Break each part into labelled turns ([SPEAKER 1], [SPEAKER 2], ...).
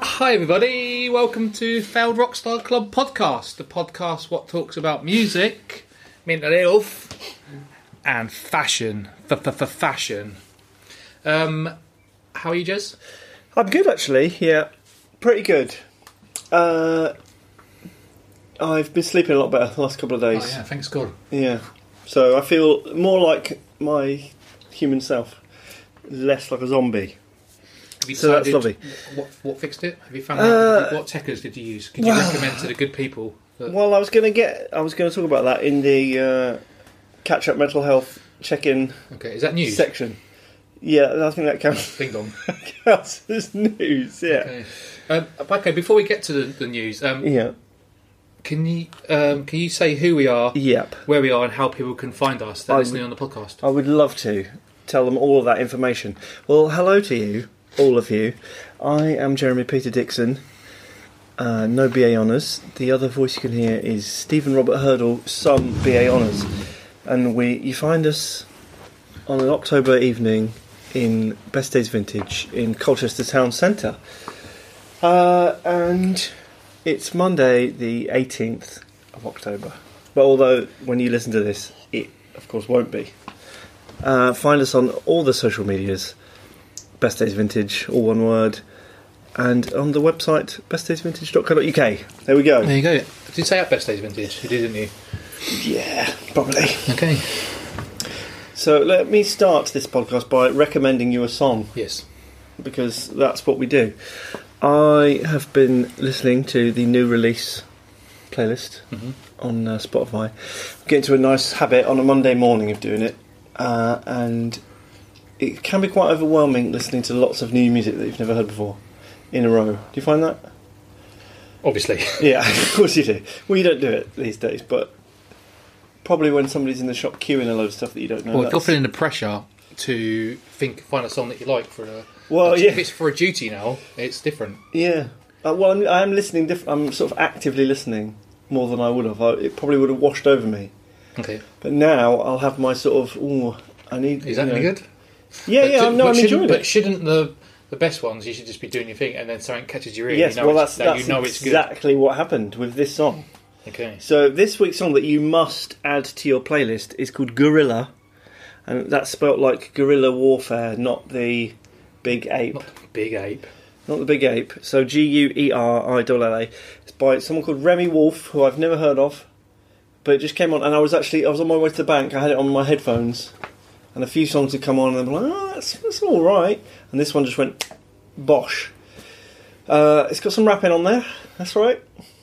[SPEAKER 1] Hi, everybody. Welcome to Failed Rockstar Club podcast, the podcast what talks about music, mental health, and fashion. F-f-f-fashion. Um, how are you, Jez?
[SPEAKER 2] I'm good actually. Yeah, pretty good. Uh, I've been sleeping a lot better the last couple
[SPEAKER 1] Oh,
[SPEAKER 2] of days.
[SPEAKER 1] thanks, God.
[SPEAKER 2] yeah. So I feel more like my human self, less like a zombie.
[SPEAKER 1] Have you
[SPEAKER 2] So that's
[SPEAKER 1] decided
[SPEAKER 2] lovely.
[SPEAKER 1] What, what fixed it? Have you found
[SPEAKER 2] Uh,
[SPEAKER 1] out what techers did you use? Could you
[SPEAKER 2] well-
[SPEAKER 1] recommend to the good people? That,
[SPEAKER 2] Well, I was going to get. I was going to talk about that in the uh, catch up mental health check-in
[SPEAKER 1] okay, is that news?
[SPEAKER 2] section. Yeah, I think that counts,
[SPEAKER 1] Ding dong.
[SPEAKER 2] counts as news. Yeah.
[SPEAKER 1] Okay. Um, okay, before we get to the, the news, um,
[SPEAKER 2] Yeah.
[SPEAKER 1] can you um, can you say who we are,
[SPEAKER 2] Yep.
[SPEAKER 1] where we are, and how people can find us? They're
[SPEAKER 2] I
[SPEAKER 1] listening on the podcast.
[SPEAKER 2] I would love to tell them all of that information. Well, hello to you, all of you. I am Jeremy Peter Dixon, uh, no BA honours. The other voice you can hear is Stephen Robert Hurdle, some BA honours, and we you find us on an October evening in Best Days Vintage in Colchester Town Centre, uh, and it's Monday the eighteenth of October. But although when you listen to this, it of course won't be. Uh, find us on all the social medias, Best Days Vintage, all one word, and on the website bestdaysvintage.co.uk. There we go.
[SPEAKER 1] There you go. Did you say at best days vintage? You did, didn't you?
[SPEAKER 2] Yeah, probably.
[SPEAKER 1] Okay.
[SPEAKER 2] So let me start this podcast by recommending you a song
[SPEAKER 1] Yes.
[SPEAKER 2] because that's what we do. I have been listening to the new release playlist
[SPEAKER 1] Mhm.
[SPEAKER 2] on uh, Spotify. Get into a nice habit on a Monday morning of doing it, uh, and it can be quite overwhelming listening to lots of new music that you've never heard before in a row. Do you find that?
[SPEAKER 1] Obviously.
[SPEAKER 2] Yeah, of course you do. Well, you don't do it these days, but probably when somebody's in the shop queuing a load of stuff that you don't know.
[SPEAKER 1] well, if you're
[SPEAKER 2] that's-
[SPEAKER 1] feeling the pressure to think, find a song that you like for a.
[SPEAKER 2] Well, yeah.
[SPEAKER 1] If it's for a duty now, it's different.
[SPEAKER 2] Yeah. Uh, well, I'm, I'm listening. Diff- I'm sort of actively listening more than I would have. I, it probably would have washed over me.
[SPEAKER 1] Okay.
[SPEAKER 2] But now I'll have my sort of. Ooh, I need.
[SPEAKER 1] Is that
[SPEAKER 2] you know-
[SPEAKER 1] any good?
[SPEAKER 2] Yeah,
[SPEAKER 1] But
[SPEAKER 2] yeah.
[SPEAKER 1] should-
[SPEAKER 2] I'm, no,
[SPEAKER 1] but
[SPEAKER 2] I'm
[SPEAKER 1] shouldn't-
[SPEAKER 2] enjoying
[SPEAKER 1] But
[SPEAKER 2] it.
[SPEAKER 1] shouldn't the the best ones? You should just be doing your thing, and then something catches your ear. and
[SPEAKER 2] Yes,
[SPEAKER 1] you know
[SPEAKER 2] well,
[SPEAKER 1] it's,
[SPEAKER 2] that's,
[SPEAKER 1] that
[SPEAKER 2] that's
[SPEAKER 1] you know it's good.
[SPEAKER 2] exactly what happened with this song.
[SPEAKER 1] Okay.
[SPEAKER 2] So this week's song that you must add to your playlist is called Gorilla, and that's spelt like guerrilla warfare, not the big ape.
[SPEAKER 1] Not big ape.
[SPEAKER 2] Not the Big Ape. So G U E R I L L A. It's by someone called Remy Wolf, who I've never heard of, but it just came on, and I was actually I was on my way to the bank. I had it on my headphones, and a few songs had come on, and I'm like, oh, that's that's all right. And this one just went, bosh. Uh, it's got some rapping on there. That's right.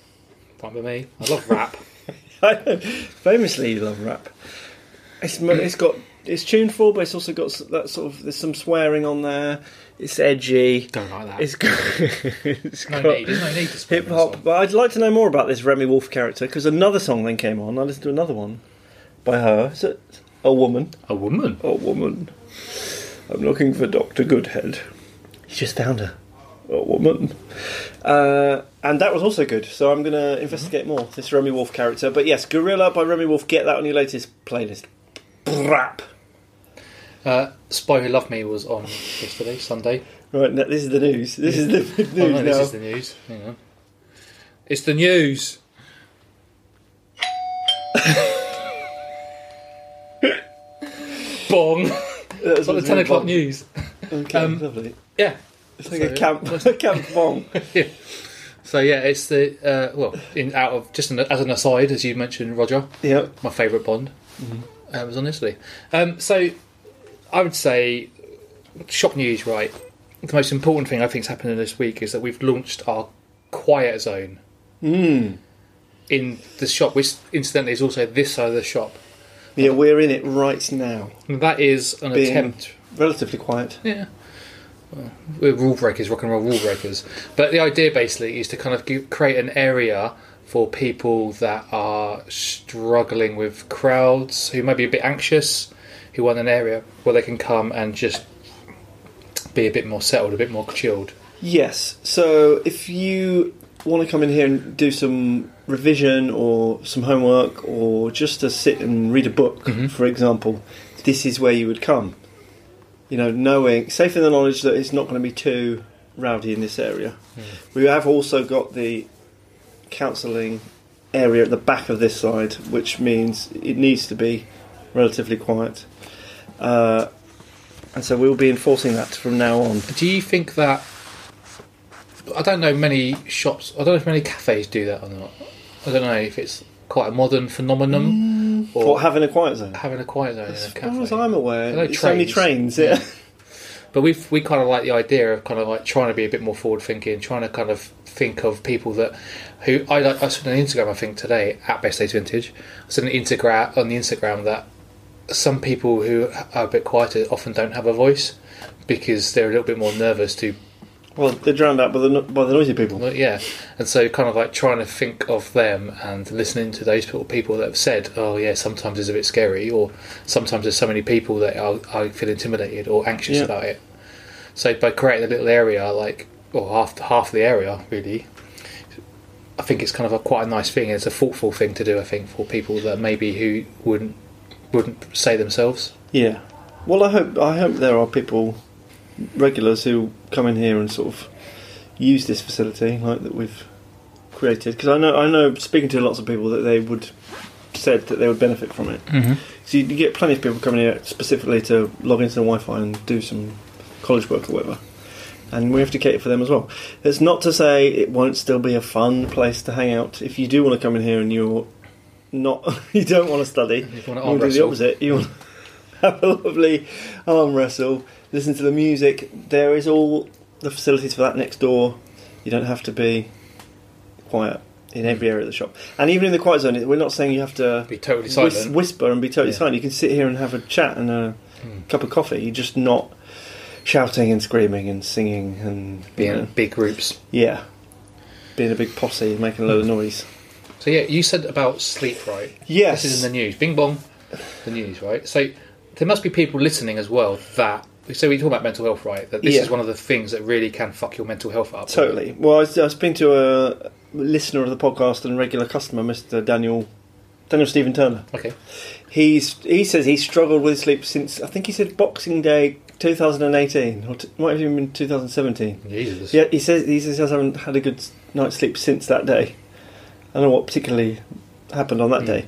[SPEAKER 1] Fine with me. I love rap.
[SPEAKER 2] I famously love rap. It's mo- it's got it's tuneful, but it's also got s- that sort of there's some swearing on there. It's edgy.
[SPEAKER 1] Don't like that.
[SPEAKER 2] It's got, it's
[SPEAKER 1] no
[SPEAKER 2] got
[SPEAKER 1] need. There's no need to spend
[SPEAKER 2] Hip hop, but I'd like to know more about this Remy Wolf character because another song then came on. I listened to another one by her. Is it a woman?
[SPEAKER 1] A woman.
[SPEAKER 2] A woman. I'm looking for Doctor Goodhead. He just found her. A woman. Uh, and that was also good. So I'm going
[SPEAKER 1] Mm-hmm.
[SPEAKER 2] to investigate more this Remy Wolf character. But yes, Gorilla by Remy Wolf. Get that on your latest playlist. Brap.
[SPEAKER 1] Uh, Spy Who Loved Me was on yesterday, Sunday.
[SPEAKER 2] Right, now, this is the news. This is the big
[SPEAKER 1] Oh,
[SPEAKER 2] news
[SPEAKER 1] no,
[SPEAKER 2] now.
[SPEAKER 1] this is the news. Hang on. It's the news. Bong.
[SPEAKER 2] That was
[SPEAKER 1] It's like the 10 o'clock news.
[SPEAKER 2] Okay,
[SPEAKER 1] Um,
[SPEAKER 2] lovely.
[SPEAKER 1] Yeah.
[SPEAKER 2] It's like a
[SPEAKER 1] so-
[SPEAKER 2] camp, a camp bomb.
[SPEAKER 1] So, yeah, it's the, uh, well, in out of, just an, as an aside, as you mentioned, Roger,
[SPEAKER 2] yep.
[SPEAKER 1] my favourite Bond. Uh, it was on yesterday. Um, so, I would say, shock news, right? The most important thing I think is happening this week is that we've launched our quiet zone.
[SPEAKER 2] Mm.
[SPEAKER 1] in the shop, which incidentally is also this side of the shop.
[SPEAKER 2] Yeah, we're in it right now.
[SPEAKER 1] And that is an
[SPEAKER 2] Being-
[SPEAKER 1] attempt.
[SPEAKER 2] Relatively quiet.
[SPEAKER 1] Yeah. Well, we're rule breakers, rock and roll rule breakers. But the idea basically is to kind of give, create an area for people that are struggling with crowds, who might be a bit anxious, who want an area where they can come and just be a bit more settled, a bit more chilled.
[SPEAKER 2] Yes. So if you want to come in here and do some revision or some homework or just to sit and read a book,
[SPEAKER 1] Mhm.
[SPEAKER 2] for example, this is where you would come. You know, knowing, safe in the knowledge that it's not going to be too rowdy in this area. We have also got the counselling area at the back of this side, which means it needs to be relatively quiet. Uh, and so we'll be enforcing that from now on.
[SPEAKER 1] Do you think that? I don't know many shops. I don't know if many cafes do that or not. I don't know if it's quite a modern phenomenon or
[SPEAKER 2] Or having a quiet zone.
[SPEAKER 1] having a quiet zone in
[SPEAKER 2] As
[SPEAKER 1] a
[SPEAKER 2] far as
[SPEAKER 1] cafe.
[SPEAKER 2] I'm
[SPEAKER 1] Hello,
[SPEAKER 2] aware, it's only
[SPEAKER 1] trains.
[SPEAKER 2] trains. Yeah.
[SPEAKER 1] But we we kind of like the idea of kind of like trying to be a bit more forward thinking, trying to kind of think of people that who I like. I saw on Instagram I think today at Best Days Vintage. I saw on Instagram on the Instagram that some people who are a bit quieter often don't have a voice because they're a little bit more nervous to
[SPEAKER 2] Well, they're drowned out by the no- by the noisy people.
[SPEAKER 1] Well, yeah, and so kind of like trying to think of them and listening to those people, people that have said, "Oh yeah, sometimes it's a bit scary," or sometimes there's so many people that I, I feel intimidated or anxious
[SPEAKER 2] Yeah.
[SPEAKER 1] about it. So by creating a little area, like or half half the area really, I think it's kind of a quite a nice thing. It's a thoughtful thing to do, I think, for people that maybe who wouldn't wouldn't say themselves.
[SPEAKER 2] Yeah. Well, I hope I hope there are people, regulars who come in here and sort of use this facility like that we've created. Because I know I know speaking to lots of people that they would said that they would benefit from it.
[SPEAKER 1] Mm-hmm.
[SPEAKER 2] So you, you get plenty of people coming here specifically to log into the Wi-Fi and do some college work or whatever. And we have to cater for them as well. It's not to say it won't still be a fun place to hang out. If you do want to come in here and you're not, you don't want to study,
[SPEAKER 1] You want to
[SPEAKER 2] you
[SPEAKER 1] arm
[SPEAKER 2] want to do
[SPEAKER 1] wrestle?
[SPEAKER 2] the opposite. You want to have a lovely arm wrestle, listen to the music. There is all the facilities for that next door. You don't have to be quiet in every area of the shop. And even in the quiet zone, we're not saying you have to
[SPEAKER 1] Be totally
[SPEAKER 2] whis-
[SPEAKER 1] silent.
[SPEAKER 2] whisper and be totally
[SPEAKER 1] Yeah.
[SPEAKER 2] silent. You can sit here and have a chat and a
[SPEAKER 1] Mm.
[SPEAKER 2] cup of coffee. You're just not shouting and screaming and singing and
[SPEAKER 1] Be
[SPEAKER 2] you
[SPEAKER 1] in
[SPEAKER 2] know,
[SPEAKER 1] big groups.
[SPEAKER 2] yeah, being a big posse and making a load of noise.
[SPEAKER 1] So yeah, you said about sleep, right?
[SPEAKER 2] Yes,
[SPEAKER 1] Hmm. This is in the news. Bing bong, the news, right? So there must be people listening as well that. So we talk about mental health, right? That this
[SPEAKER 2] Yeah.
[SPEAKER 1] is one of the things that really can fuck your mental health up.
[SPEAKER 2] Totally. Well, I was, I was speaking to a listener of the podcast and regular customer, Mr. Daniel Daniel Stephen Turner.
[SPEAKER 1] Okay.
[SPEAKER 2] He's he says he struggled with sleep since I think he said Boxing Day 2018 or t- might have even been 2017.
[SPEAKER 1] Jesus.
[SPEAKER 2] Yeah, he says he says he hasn't had a good s- night's sleep since that day. I don't know what particularly happened on that
[SPEAKER 1] Mm.
[SPEAKER 2] day,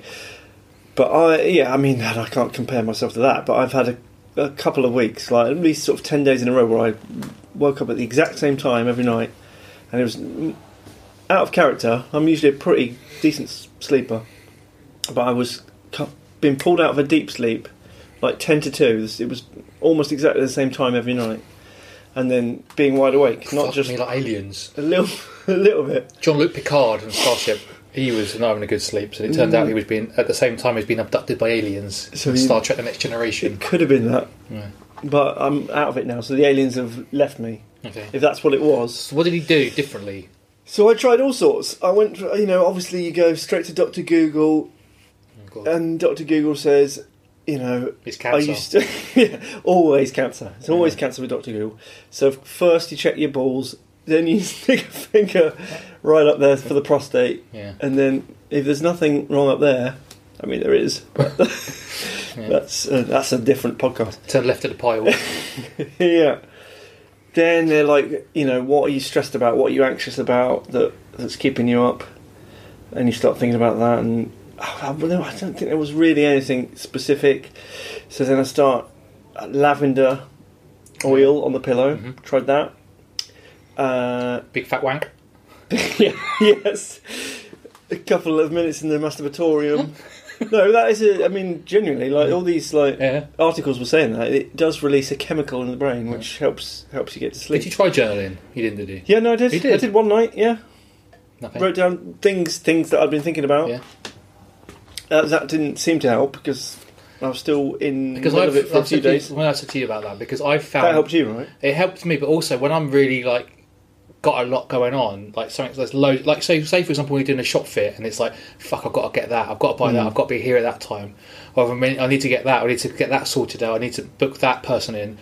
[SPEAKER 2] but I yeah, I mean, I can't compare myself to that. But I've had a, a couple of weeks, like at least sort of ten days in a row, where I woke up at the exact same time every night, and it was mm, out of character. I'm usually a pretty decent s- sleeper, but I was cu- being pulled out of a deep sleep, like ten to two. It was almost exactly the same time every night. And then being wide awake, not
[SPEAKER 1] Fuck
[SPEAKER 2] just
[SPEAKER 1] me like aliens.
[SPEAKER 2] a little, a little bit.
[SPEAKER 1] John Luke Picard from Starship. He was not having a good sleep, so it turned out he was being at the same time he's been abducted by aliens.
[SPEAKER 2] So
[SPEAKER 1] in
[SPEAKER 2] you-
[SPEAKER 1] Star Trek: The Next Generation.
[SPEAKER 2] It could have been that,
[SPEAKER 1] Yeah.
[SPEAKER 2] but I'm out of it now. So the aliens have left me.
[SPEAKER 1] Okay.
[SPEAKER 2] If that's what it was.
[SPEAKER 1] So what did he do differently?
[SPEAKER 2] So I tried all sorts. I went, for- you know, obviously you go straight to Doctor Google,
[SPEAKER 1] Oh, God.
[SPEAKER 2] and Doctor Google says, you know,
[SPEAKER 1] it's cancer.
[SPEAKER 2] Are you st- yeah, always cancer. It's always cancer with Doctor Google. So first you check your balls, then you stick a finger right up there for the prostate,
[SPEAKER 1] yeah.
[SPEAKER 2] and then if there's nothing wrong up there, I mean there is, but
[SPEAKER 1] Yeah.
[SPEAKER 2] that's uh, that's a different podcast.
[SPEAKER 1] Turn left at the pile.
[SPEAKER 2] yeah. Then they're like, you know, what are you stressed about? What are you anxious about that that's keeping you up? And you start thinking about that, and oh, I don't know, I don't think there was really anything specific. So then I start uh, lavender oil on the pillow.
[SPEAKER 1] Mhm.
[SPEAKER 2] Tried that. Uh,
[SPEAKER 1] Big fat wank.
[SPEAKER 2] yes, a couple of minutes in the masturbatorium. no, that is a. I mean, genuinely, like all these like
[SPEAKER 1] Yeah.
[SPEAKER 2] articles were saying that it does release a chemical in the brain which helps helps you get to sleep.
[SPEAKER 1] Did you try journaling? You didn't, did you?
[SPEAKER 2] yeah, no, I did.
[SPEAKER 1] You did?
[SPEAKER 2] I did one night. Yeah,
[SPEAKER 1] Nothing.
[SPEAKER 2] wrote down things things that I'd been thinking about.
[SPEAKER 1] Yeah.
[SPEAKER 2] Uh, that didn't seem to help because I was still in
[SPEAKER 1] Because
[SPEAKER 2] the middle
[SPEAKER 1] I've,
[SPEAKER 2] of it for a
[SPEAKER 1] I've
[SPEAKER 2] few
[SPEAKER 1] said to you-
[SPEAKER 2] days.
[SPEAKER 1] when I said to you about that, because I found
[SPEAKER 2] That helped you, right?
[SPEAKER 1] it helped me, but also when I'm really like got a lot going on, like something that's loads, like say say for example, when you're doing a shop fit and it's like fuck, I've got to get that, I've got to buy that,
[SPEAKER 2] Mm.
[SPEAKER 1] I've got to be here at that time, or I, mean, I need to get that, I need to get that sorted out, I need to book that person in.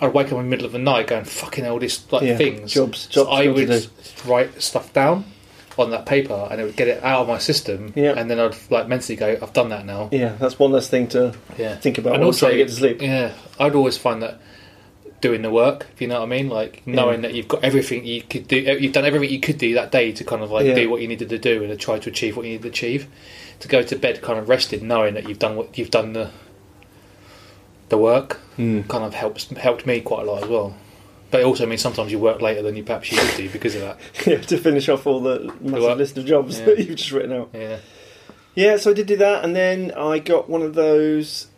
[SPEAKER 1] I'd wake up in the middle of the night going fucking all these like
[SPEAKER 2] Yeah,
[SPEAKER 1] things.
[SPEAKER 2] jobs-
[SPEAKER 1] So
[SPEAKER 2] jobs
[SPEAKER 1] I
[SPEAKER 2] to
[SPEAKER 1] would
[SPEAKER 2] do.
[SPEAKER 1] write stuff down on that paper and it would get it out of my system,
[SPEAKER 2] Yeah.
[SPEAKER 1] and then I'd like mentally go, I've done that now.
[SPEAKER 2] Yeah, that's one less thing to
[SPEAKER 1] Yeah.
[SPEAKER 2] think about when I'm trying to get to sleep.
[SPEAKER 1] Yeah, I'd always find that doing the work. If you know what I mean, like knowing that you've got everything you could do, eh, you've done everything you could do that day to kind of like
[SPEAKER 2] Yeah.
[SPEAKER 1] do what you needed to do and to try to achieve what you needed to achieve. To go to bed kind of rested, knowing that you've done what you've done the the work,
[SPEAKER 2] Mm.
[SPEAKER 1] kind of helps helped me quite a lot as well. But it also means sometimes you work later than you perhaps you would do because of that.
[SPEAKER 2] yeah, to finish off all the massive
[SPEAKER 1] work.
[SPEAKER 2] list of jobs
[SPEAKER 1] Yeah.
[SPEAKER 2] that you've just written out.
[SPEAKER 1] Yeah.
[SPEAKER 2] Yeah, so I did do that, and then I got one of those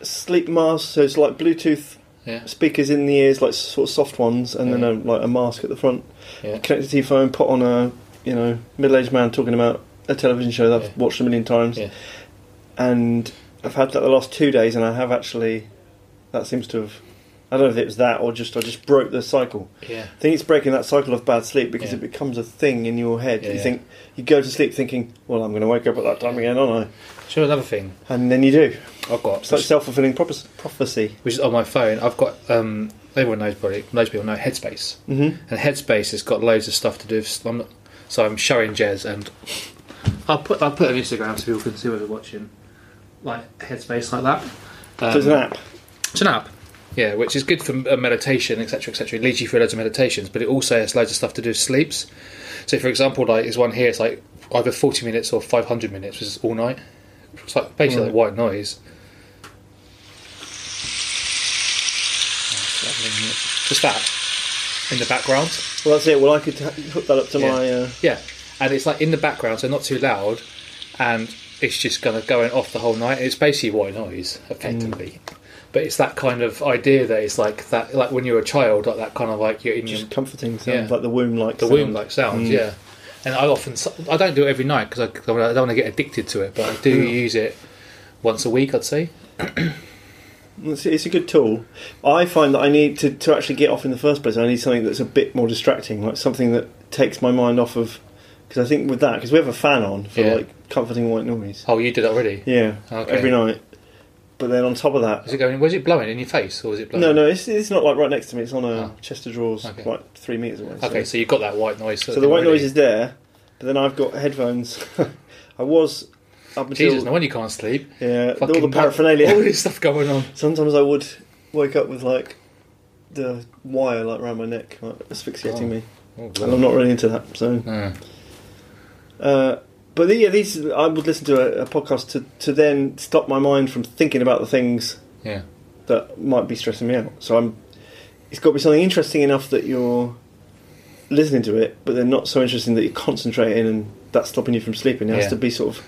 [SPEAKER 2] sleep masks. So it's like Bluetooth
[SPEAKER 1] Yeah,
[SPEAKER 2] speakers in the ears, like sort of soft ones, and
[SPEAKER 1] Yeah.
[SPEAKER 2] then a, like a mask at the front,
[SPEAKER 1] yeah,
[SPEAKER 2] connected to your phone. Put on a you know middle-aged man talking about a television show that
[SPEAKER 1] Yeah.
[SPEAKER 2] I've watched a million times,
[SPEAKER 1] Yeah.
[SPEAKER 2] and I've had that the last two days, and I have actually. That seems to have. I don't know if it was that or just I just broke the cycle.
[SPEAKER 1] yeah.
[SPEAKER 2] I think it's breaking that cycle of bad sleep because
[SPEAKER 1] Yeah.
[SPEAKER 2] it becomes a thing in your head.
[SPEAKER 1] Yeah,
[SPEAKER 2] you
[SPEAKER 1] yeah.
[SPEAKER 2] think you go to sleep thinking, "Well, I'm going to wake up at that time again, aren't
[SPEAKER 1] So another thing
[SPEAKER 2] I?" And then you do.
[SPEAKER 1] I've got,
[SPEAKER 2] It's like
[SPEAKER 1] which,
[SPEAKER 2] self fulfilling prophecy.
[SPEAKER 1] which is on my phone, I've got. um Everyone knows, probably most people know Headspace,
[SPEAKER 2] hmm
[SPEAKER 1] and Headspace has got loads of stuff to do. With, I'm not, so I'm showing Jez, and I'll put I'll put it on Instagram so people can see what they're watching, like Headspace like that. Um,
[SPEAKER 2] so it's an app.
[SPEAKER 1] It's an app, yeah, which is good for uh, meditation, etc., etc. It leads you through loads of meditations, but it also has loads of stuff to do with sleeps. So, for example, like there's one here, it's like either 40 minutes or 500 minutes, which is all night. It's like basically like white noise. Just that in the background.
[SPEAKER 2] Well, that's it. Well, I could ha- hook that up to
[SPEAKER 1] Yeah.
[SPEAKER 2] my. Uh,
[SPEAKER 1] Yeah, and it's like in the background, so not too loud, and it's just kind of going off the whole night. It's basically white noise, effectively.
[SPEAKER 2] Mm.
[SPEAKER 1] But it's that kind of idea that it's like that, like when you're a child, like that kind of like you're in your,
[SPEAKER 2] just Mm. comforting
[SPEAKER 1] Yeah.
[SPEAKER 2] sounds like the womb, like
[SPEAKER 1] the womb, like sounds, yeah. And I often, I don't do it every night because I, I don't want to get addicted to it, but I do
[SPEAKER 2] Mm.
[SPEAKER 1] use it once a week, I'd say.
[SPEAKER 2] It's, it's a good tool. I find that I need to, to actually get off in the first place. I need something that's a bit more distracting, like something that takes my mind off of. Because I think with that, because we have a fan on for
[SPEAKER 1] Yeah.
[SPEAKER 2] like comforting white noise.
[SPEAKER 1] Oh, you did that already?
[SPEAKER 2] Yeah,
[SPEAKER 1] Okay.
[SPEAKER 2] every night. But then on top of that,
[SPEAKER 1] Is it going? Was it blowing in your face, or was it blowing?
[SPEAKER 2] no, no, it's, it's not like right next to me. It's on a
[SPEAKER 1] Oh.
[SPEAKER 2] chest of drawers,
[SPEAKER 1] Okay.
[SPEAKER 2] like three meters away.
[SPEAKER 1] Okay, so you've got that white noise.
[SPEAKER 2] So the white
[SPEAKER 1] already.
[SPEAKER 2] noise is there, but then I've got headphones. I was up until
[SPEAKER 1] Jesus, no wonder you can't sleep.
[SPEAKER 2] yeah, with all the
[SPEAKER 1] Fucking
[SPEAKER 2] paraphernalia.
[SPEAKER 1] All this stuff going on.
[SPEAKER 2] Sometimes I would wake up with like the wire like around my neck, like asphyxiating
[SPEAKER 1] Oh.
[SPEAKER 2] me,
[SPEAKER 1] Oh,
[SPEAKER 2] and I'm not really into that. So,
[SPEAKER 1] Mm.
[SPEAKER 2] uh, but the, yeah, these I would listen to a, a podcast to to then stop my mind from thinking about the things
[SPEAKER 1] Yeah.
[SPEAKER 2] that might be stressing me out. So I'm. It's got to be something interesting enough that you're listening to it, but then not so interesting that you're concentrating and that's stopping you from sleeping. It
[SPEAKER 1] Yeah.
[SPEAKER 2] has to be sort of.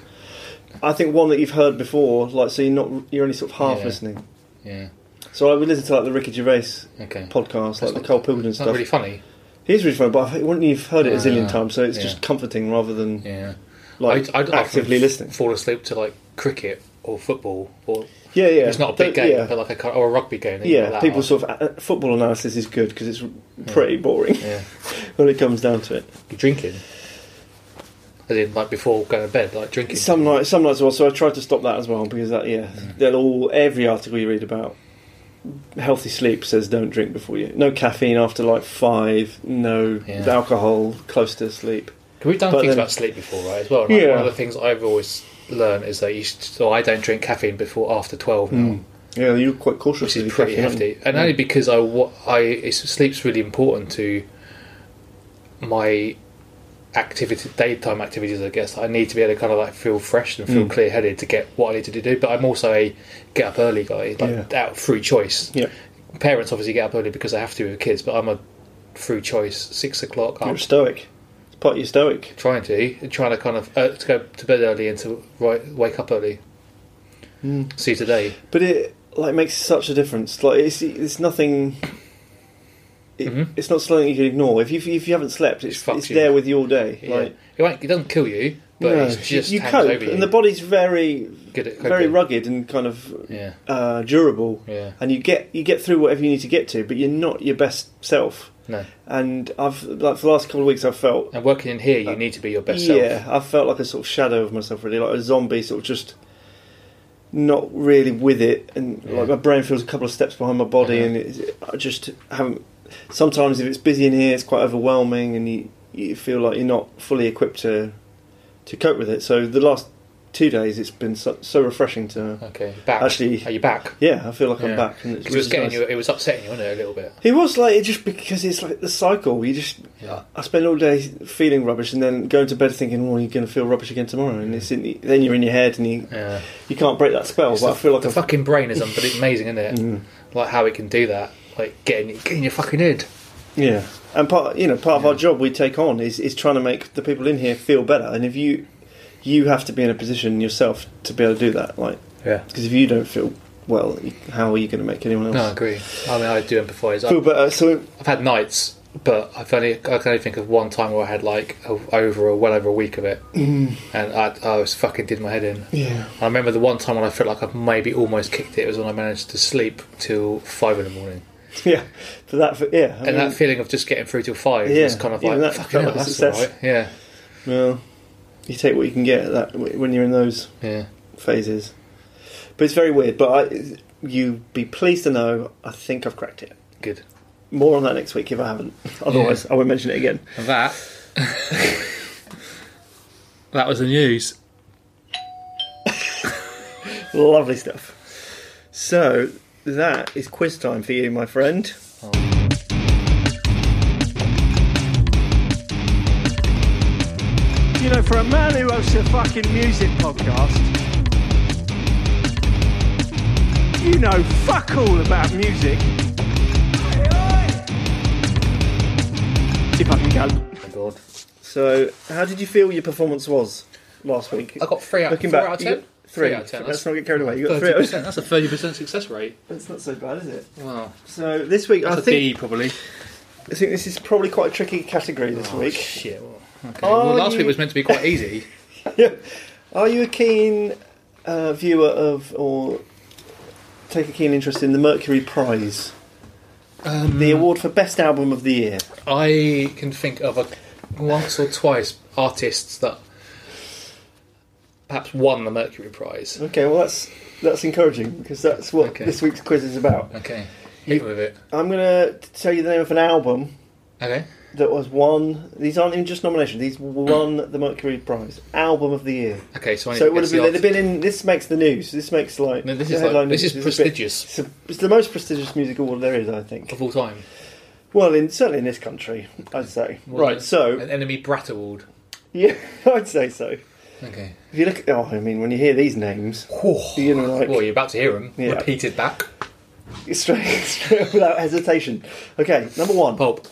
[SPEAKER 2] I think one that you've heard before, like so you're not you're only sort of half
[SPEAKER 1] Yeah.
[SPEAKER 2] listening.
[SPEAKER 1] Yeah.
[SPEAKER 2] So I would listen to like the Ricky Gervais
[SPEAKER 1] Okay.
[SPEAKER 2] podcast,
[SPEAKER 1] That's
[SPEAKER 2] like the
[SPEAKER 1] not-
[SPEAKER 2] Cole Pilgrim
[SPEAKER 1] It's not
[SPEAKER 2] stuff.
[SPEAKER 1] really funny.
[SPEAKER 2] He's really fun, but I think when you've heard it a zillion
[SPEAKER 1] Ah,
[SPEAKER 2] times, so it's
[SPEAKER 1] yeah.
[SPEAKER 2] just comforting rather than
[SPEAKER 1] Yeah.
[SPEAKER 2] like
[SPEAKER 1] I'd
[SPEAKER 2] actively
[SPEAKER 1] often
[SPEAKER 2] listening.
[SPEAKER 1] Fall asleep to like cricket or football or
[SPEAKER 2] Yeah, yeah.
[SPEAKER 1] it's not a big
[SPEAKER 2] Don't-
[SPEAKER 1] game,
[SPEAKER 2] Yeah,
[SPEAKER 1] but like a car- or a rugby game. that you
[SPEAKER 2] yeah
[SPEAKER 1] put that
[SPEAKER 2] people
[SPEAKER 1] on.
[SPEAKER 2] sort of uh, football analysis is good because it's pretty boring
[SPEAKER 1] Yeah.
[SPEAKER 2] when it comes down to it.
[SPEAKER 1] You drinking? As in, like before going to bed, like drinking.
[SPEAKER 2] Some nights, some nights as well. So I tried to stop that as well because that, yeah,
[SPEAKER 1] Mm.
[SPEAKER 2] they'll all every article you read about healthy sleep says don't drink before you. No caffeine after like five. No
[SPEAKER 1] Yeah.
[SPEAKER 2] alcohol close to sleep.
[SPEAKER 1] We've done
[SPEAKER 2] But
[SPEAKER 1] things
[SPEAKER 2] then-
[SPEAKER 1] about sleep before, right? As well. Like,
[SPEAKER 2] Yeah.
[SPEAKER 1] One of the things I've always learned is that you. Should, so I don't drink caffeine before after twelve now.
[SPEAKER 2] Hmm. Yeah, you're quite
[SPEAKER 1] which
[SPEAKER 2] cautious. with
[SPEAKER 1] is
[SPEAKER 2] your
[SPEAKER 1] pretty
[SPEAKER 2] caffeine, aren't
[SPEAKER 1] hefty, and only because I, wa- I it's, sleep's really important to my activity, daytime activities. I guess I need to be able to kind of like feel fresh and
[SPEAKER 2] Mm.
[SPEAKER 1] feel clear headed to get what I need to do. But I'm also a get up early guy, like out through choice.
[SPEAKER 2] you? Yeah,
[SPEAKER 1] Parents obviously get up early because they have to with kids, but I'm a through choice six o'clock.
[SPEAKER 2] you're
[SPEAKER 1] I'm
[SPEAKER 2] stoic. It's part of your stoic.
[SPEAKER 1] trying to trying to kind of uh, to go to bed early and to right, wake up early.
[SPEAKER 2] Mm.
[SPEAKER 1] See today.
[SPEAKER 2] But it like makes such a difference. Like it's it's nothing. It,
[SPEAKER 1] Mhm.
[SPEAKER 2] It's not something you can ignore. If you if you haven't slept,
[SPEAKER 1] It
[SPEAKER 2] it's
[SPEAKER 1] fucks
[SPEAKER 2] it's
[SPEAKER 1] you.
[SPEAKER 2] there with you all day.
[SPEAKER 1] Yeah.
[SPEAKER 2] Like
[SPEAKER 1] it, won't, it doesn't kill you, but
[SPEAKER 2] no,
[SPEAKER 1] it's just
[SPEAKER 2] you
[SPEAKER 1] hangs
[SPEAKER 2] cope,
[SPEAKER 1] over you.
[SPEAKER 2] and the body's very
[SPEAKER 1] Good at
[SPEAKER 2] very
[SPEAKER 1] coping.
[SPEAKER 2] rugged and kind of
[SPEAKER 1] Yeah,
[SPEAKER 2] uh, durable,
[SPEAKER 1] yeah,
[SPEAKER 2] and you get you get through whatever you need to get to, but you're not your best self.
[SPEAKER 1] no.
[SPEAKER 2] And I've like for the last couple of weeks, I've felt
[SPEAKER 1] And working in here, you need to be your best
[SPEAKER 2] Uh, yeah,
[SPEAKER 1] self.
[SPEAKER 2] I've felt like a sort of shadow of myself, really, like a zombie, sort of just not really with it, and
[SPEAKER 1] Yeah.
[SPEAKER 2] like my brain feels a couple of steps behind my body,
[SPEAKER 1] Uh-huh.
[SPEAKER 2] and it, I just haven't. Sometimes if it's busy in here, it's quite overwhelming, and you you feel like you're not fully equipped to to cope with it. So the last two days, it's been so, so refreshing to.
[SPEAKER 1] Okay, back.
[SPEAKER 2] Actually-
[SPEAKER 1] are you back?
[SPEAKER 2] Yeah, I feel like
[SPEAKER 1] Yeah.
[SPEAKER 2] I'm back, and it's
[SPEAKER 1] 'Cause it was
[SPEAKER 2] really
[SPEAKER 1] getting
[SPEAKER 2] nice.
[SPEAKER 1] you. It was upsetting you, wasn't it, a little bit?
[SPEAKER 2] It was like it just because it's like the cycle. You just
[SPEAKER 1] Yeah.
[SPEAKER 2] I spend all day feeling rubbish, and then going to bed thinking, "Well, you're going to feel rubbish again tomorrow," and it's in the, then you're in your head, and you,
[SPEAKER 1] Yeah.
[SPEAKER 2] you can't break that spell.
[SPEAKER 1] It's
[SPEAKER 2] But
[SPEAKER 1] the,
[SPEAKER 2] Oh, I feel like
[SPEAKER 1] the
[SPEAKER 2] I'm
[SPEAKER 1] fucking brain is un- but it's amazing, isn't it?
[SPEAKER 2] Mm.
[SPEAKER 1] Like how it can do that. Like getting getting your fucking head.
[SPEAKER 2] Yeah, and part you know part of
[SPEAKER 1] Yeah.
[SPEAKER 2] our job we take on is is trying to make the people in here feel better, and if you you have to be in a position yourself to be able to do that, like
[SPEAKER 1] Yeah.
[SPEAKER 2] because if you don't feel well, you- how are you going to make anyone else
[SPEAKER 1] No, I agree. I mean, I do empathise.
[SPEAKER 2] feel
[SPEAKER 1] I've,
[SPEAKER 2] better? So
[SPEAKER 1] I've had nights, but I've only I can only think of one time where I had like o over or well over a week of it,
[SPEAKER 2] mm,
[SPEAKER 1] and I, I was fucking did my head in.
[SPEAKER 2] yeah,
[SPEAKER 1] I remember the one time when I felt like I maybe almost kicked it was when I managed to sleep till five in the morning,
[SPEAKER 2] yeah, for that, for, yeah,
[SPEAKER 1] and
[SPEAKER 2] I mean,
[SPEAKER 1] that feeling of just getting through till five
[SPEAKER 2] Yeah,
[SPEAKER 1] was kind of like
[SPEAKER 2] even that
[SPEAKER 1] fucking
[SPEAKER 2] felt
[SPEAKER 1] hell,
[SPEAKER 2] like a
[SPEAKER 1] that's all
[SPEAKER 2] success.
[SPEAKER 1] right. Yeah,
[SPEAKER 2] well, you take what you can get at that w- when you're in those
[SPEAKER 1] yeah.
[SPEAKER 2] phases, but it's very weird. But I, you be pleased to know, I think I've cracked it.
[SPEAKER 1] Good.
[SPEAKER 2] More on that next week if I haven't. Otherwise, I won't mention it again.
[SPEAKER 1] And that. that was the news.
[SPEAKER 2] Lovely stuff. So that is quiz time for you, my friend.
[SPEAKER 3] You know, for a man who hosts a fucking music podcast, you know fuck all about music. If I can go.
[SPEAKER 1] Oh my god.
[SPEAKER 2] So, how did you feel your performance was last week?
[SPEAKER 1] I got three out,
[SPEAKER 2] Looking
[SPEAKER 1] four
[SPEAKER 2] back,
[SPEAKER 1] out of
[SPEAKER 2] you
[SPEAKER 1] ten.
[SPEAKER 2] got three.
[SPEAKER 1] out of ten.
[SPEAKER 2] Let's
[SPEAKER 1] That's,
[SPEAKER 2] not get carried away. You got three.
[SPEAKER 1] 30%.
[SPEAKER 2] Out.
[SPEAKER 1] That's a thirty percent success rate.
[SPEAKER 2] That's not so bad, is it?
[SPEAKER 1] Wow.
[SPEAKER 2] So this week, I
[SPEAKER 1] That's a
[SPEAKER 2] think
[SPEAKER 1] D probably.
[SPEAKER 2] I think this is probably quite a tricky category this
[SPEAKER 1] Oh,
[SPEAKER 2] week.
[SPEAKER 1] shit. Well, okay.
[SPEAKER 2] Are
[SPEAKER 1] well, last
[SPEAKER 2] you-
[SPEAKER 1] week was meant to be quite easy.
[SPEAKER 2] Are you a keen uh, viewer of or take a keen interest in the Mercury Prize,
[SPEAKER 1] Um,
[SPEAKER 2] the award for best album of the year?
[SPEAKER 1] I can think of a, once or twice artists that perhaps won the Mercury Prize.
[SPEAKER 2] Okay, well that's that's encouraging because that's what
[SPEAKER 1] Okay.
[SPEAKER 2] this week's quiz is about.
[SPEAKER 1] Okay. Hit with it.
[SPEAKER 2] I'm gonna t- tell you the name of an album
[SPEAKER 1] Okay.
[SPEAKER 2] that was won. These aren't even just nominations; these won the Mercury Prize album of the year.
[SPEAKER 1] Okay. So, I need
[SPEAKER 2] So
[SPEAKER 1] to
[SPEAKER 2] it would
[SPEAKER 1] guess
[SPEAKER 2] have been.
[SPEAKER 1] the
[SPEAKER 2] They'd have been in. This makes the news. This makes like
[SPEAKER 1] No, this
[SPEAKER 2] the
[SPEAKER 1] is like-
[SPEAKER 2] headline
[SPEAKER 1] this
[SPEAKER 2] news.
[SPEAKER 1] is
[SPEAKER 2] It's a bit-
[SPEAKER 1] prestigious.
[SPEAKER 2] it's, a- it's the most prestigious music award there is, I
[SPEAKER 1] artist
[SPEAKER 2] think.
[SPEAKER 1] of all time.
[SPEAKER 2] Well, in certainly in this country, I'd say.
[SPEAKER 1] Well,
[SPEAKER 2] right. So
[SPEAKER 1] An Enemy Brat Award.
[SPEAKER 2] yeah, I'd say so. If
[SPEAKER 1] Okay.
[SPEAKER 2] you look, oh, I mean, when you hear these names, you know, like
[SPEAKER 1] well, you're about to hear them
[SPEAKER 2] Yeah.
[SPEAKER 1] repeated back.
[SPEAKER 2] straight, straight without hesitation. Okay, number one.
[SPEAKER 1] Pulp.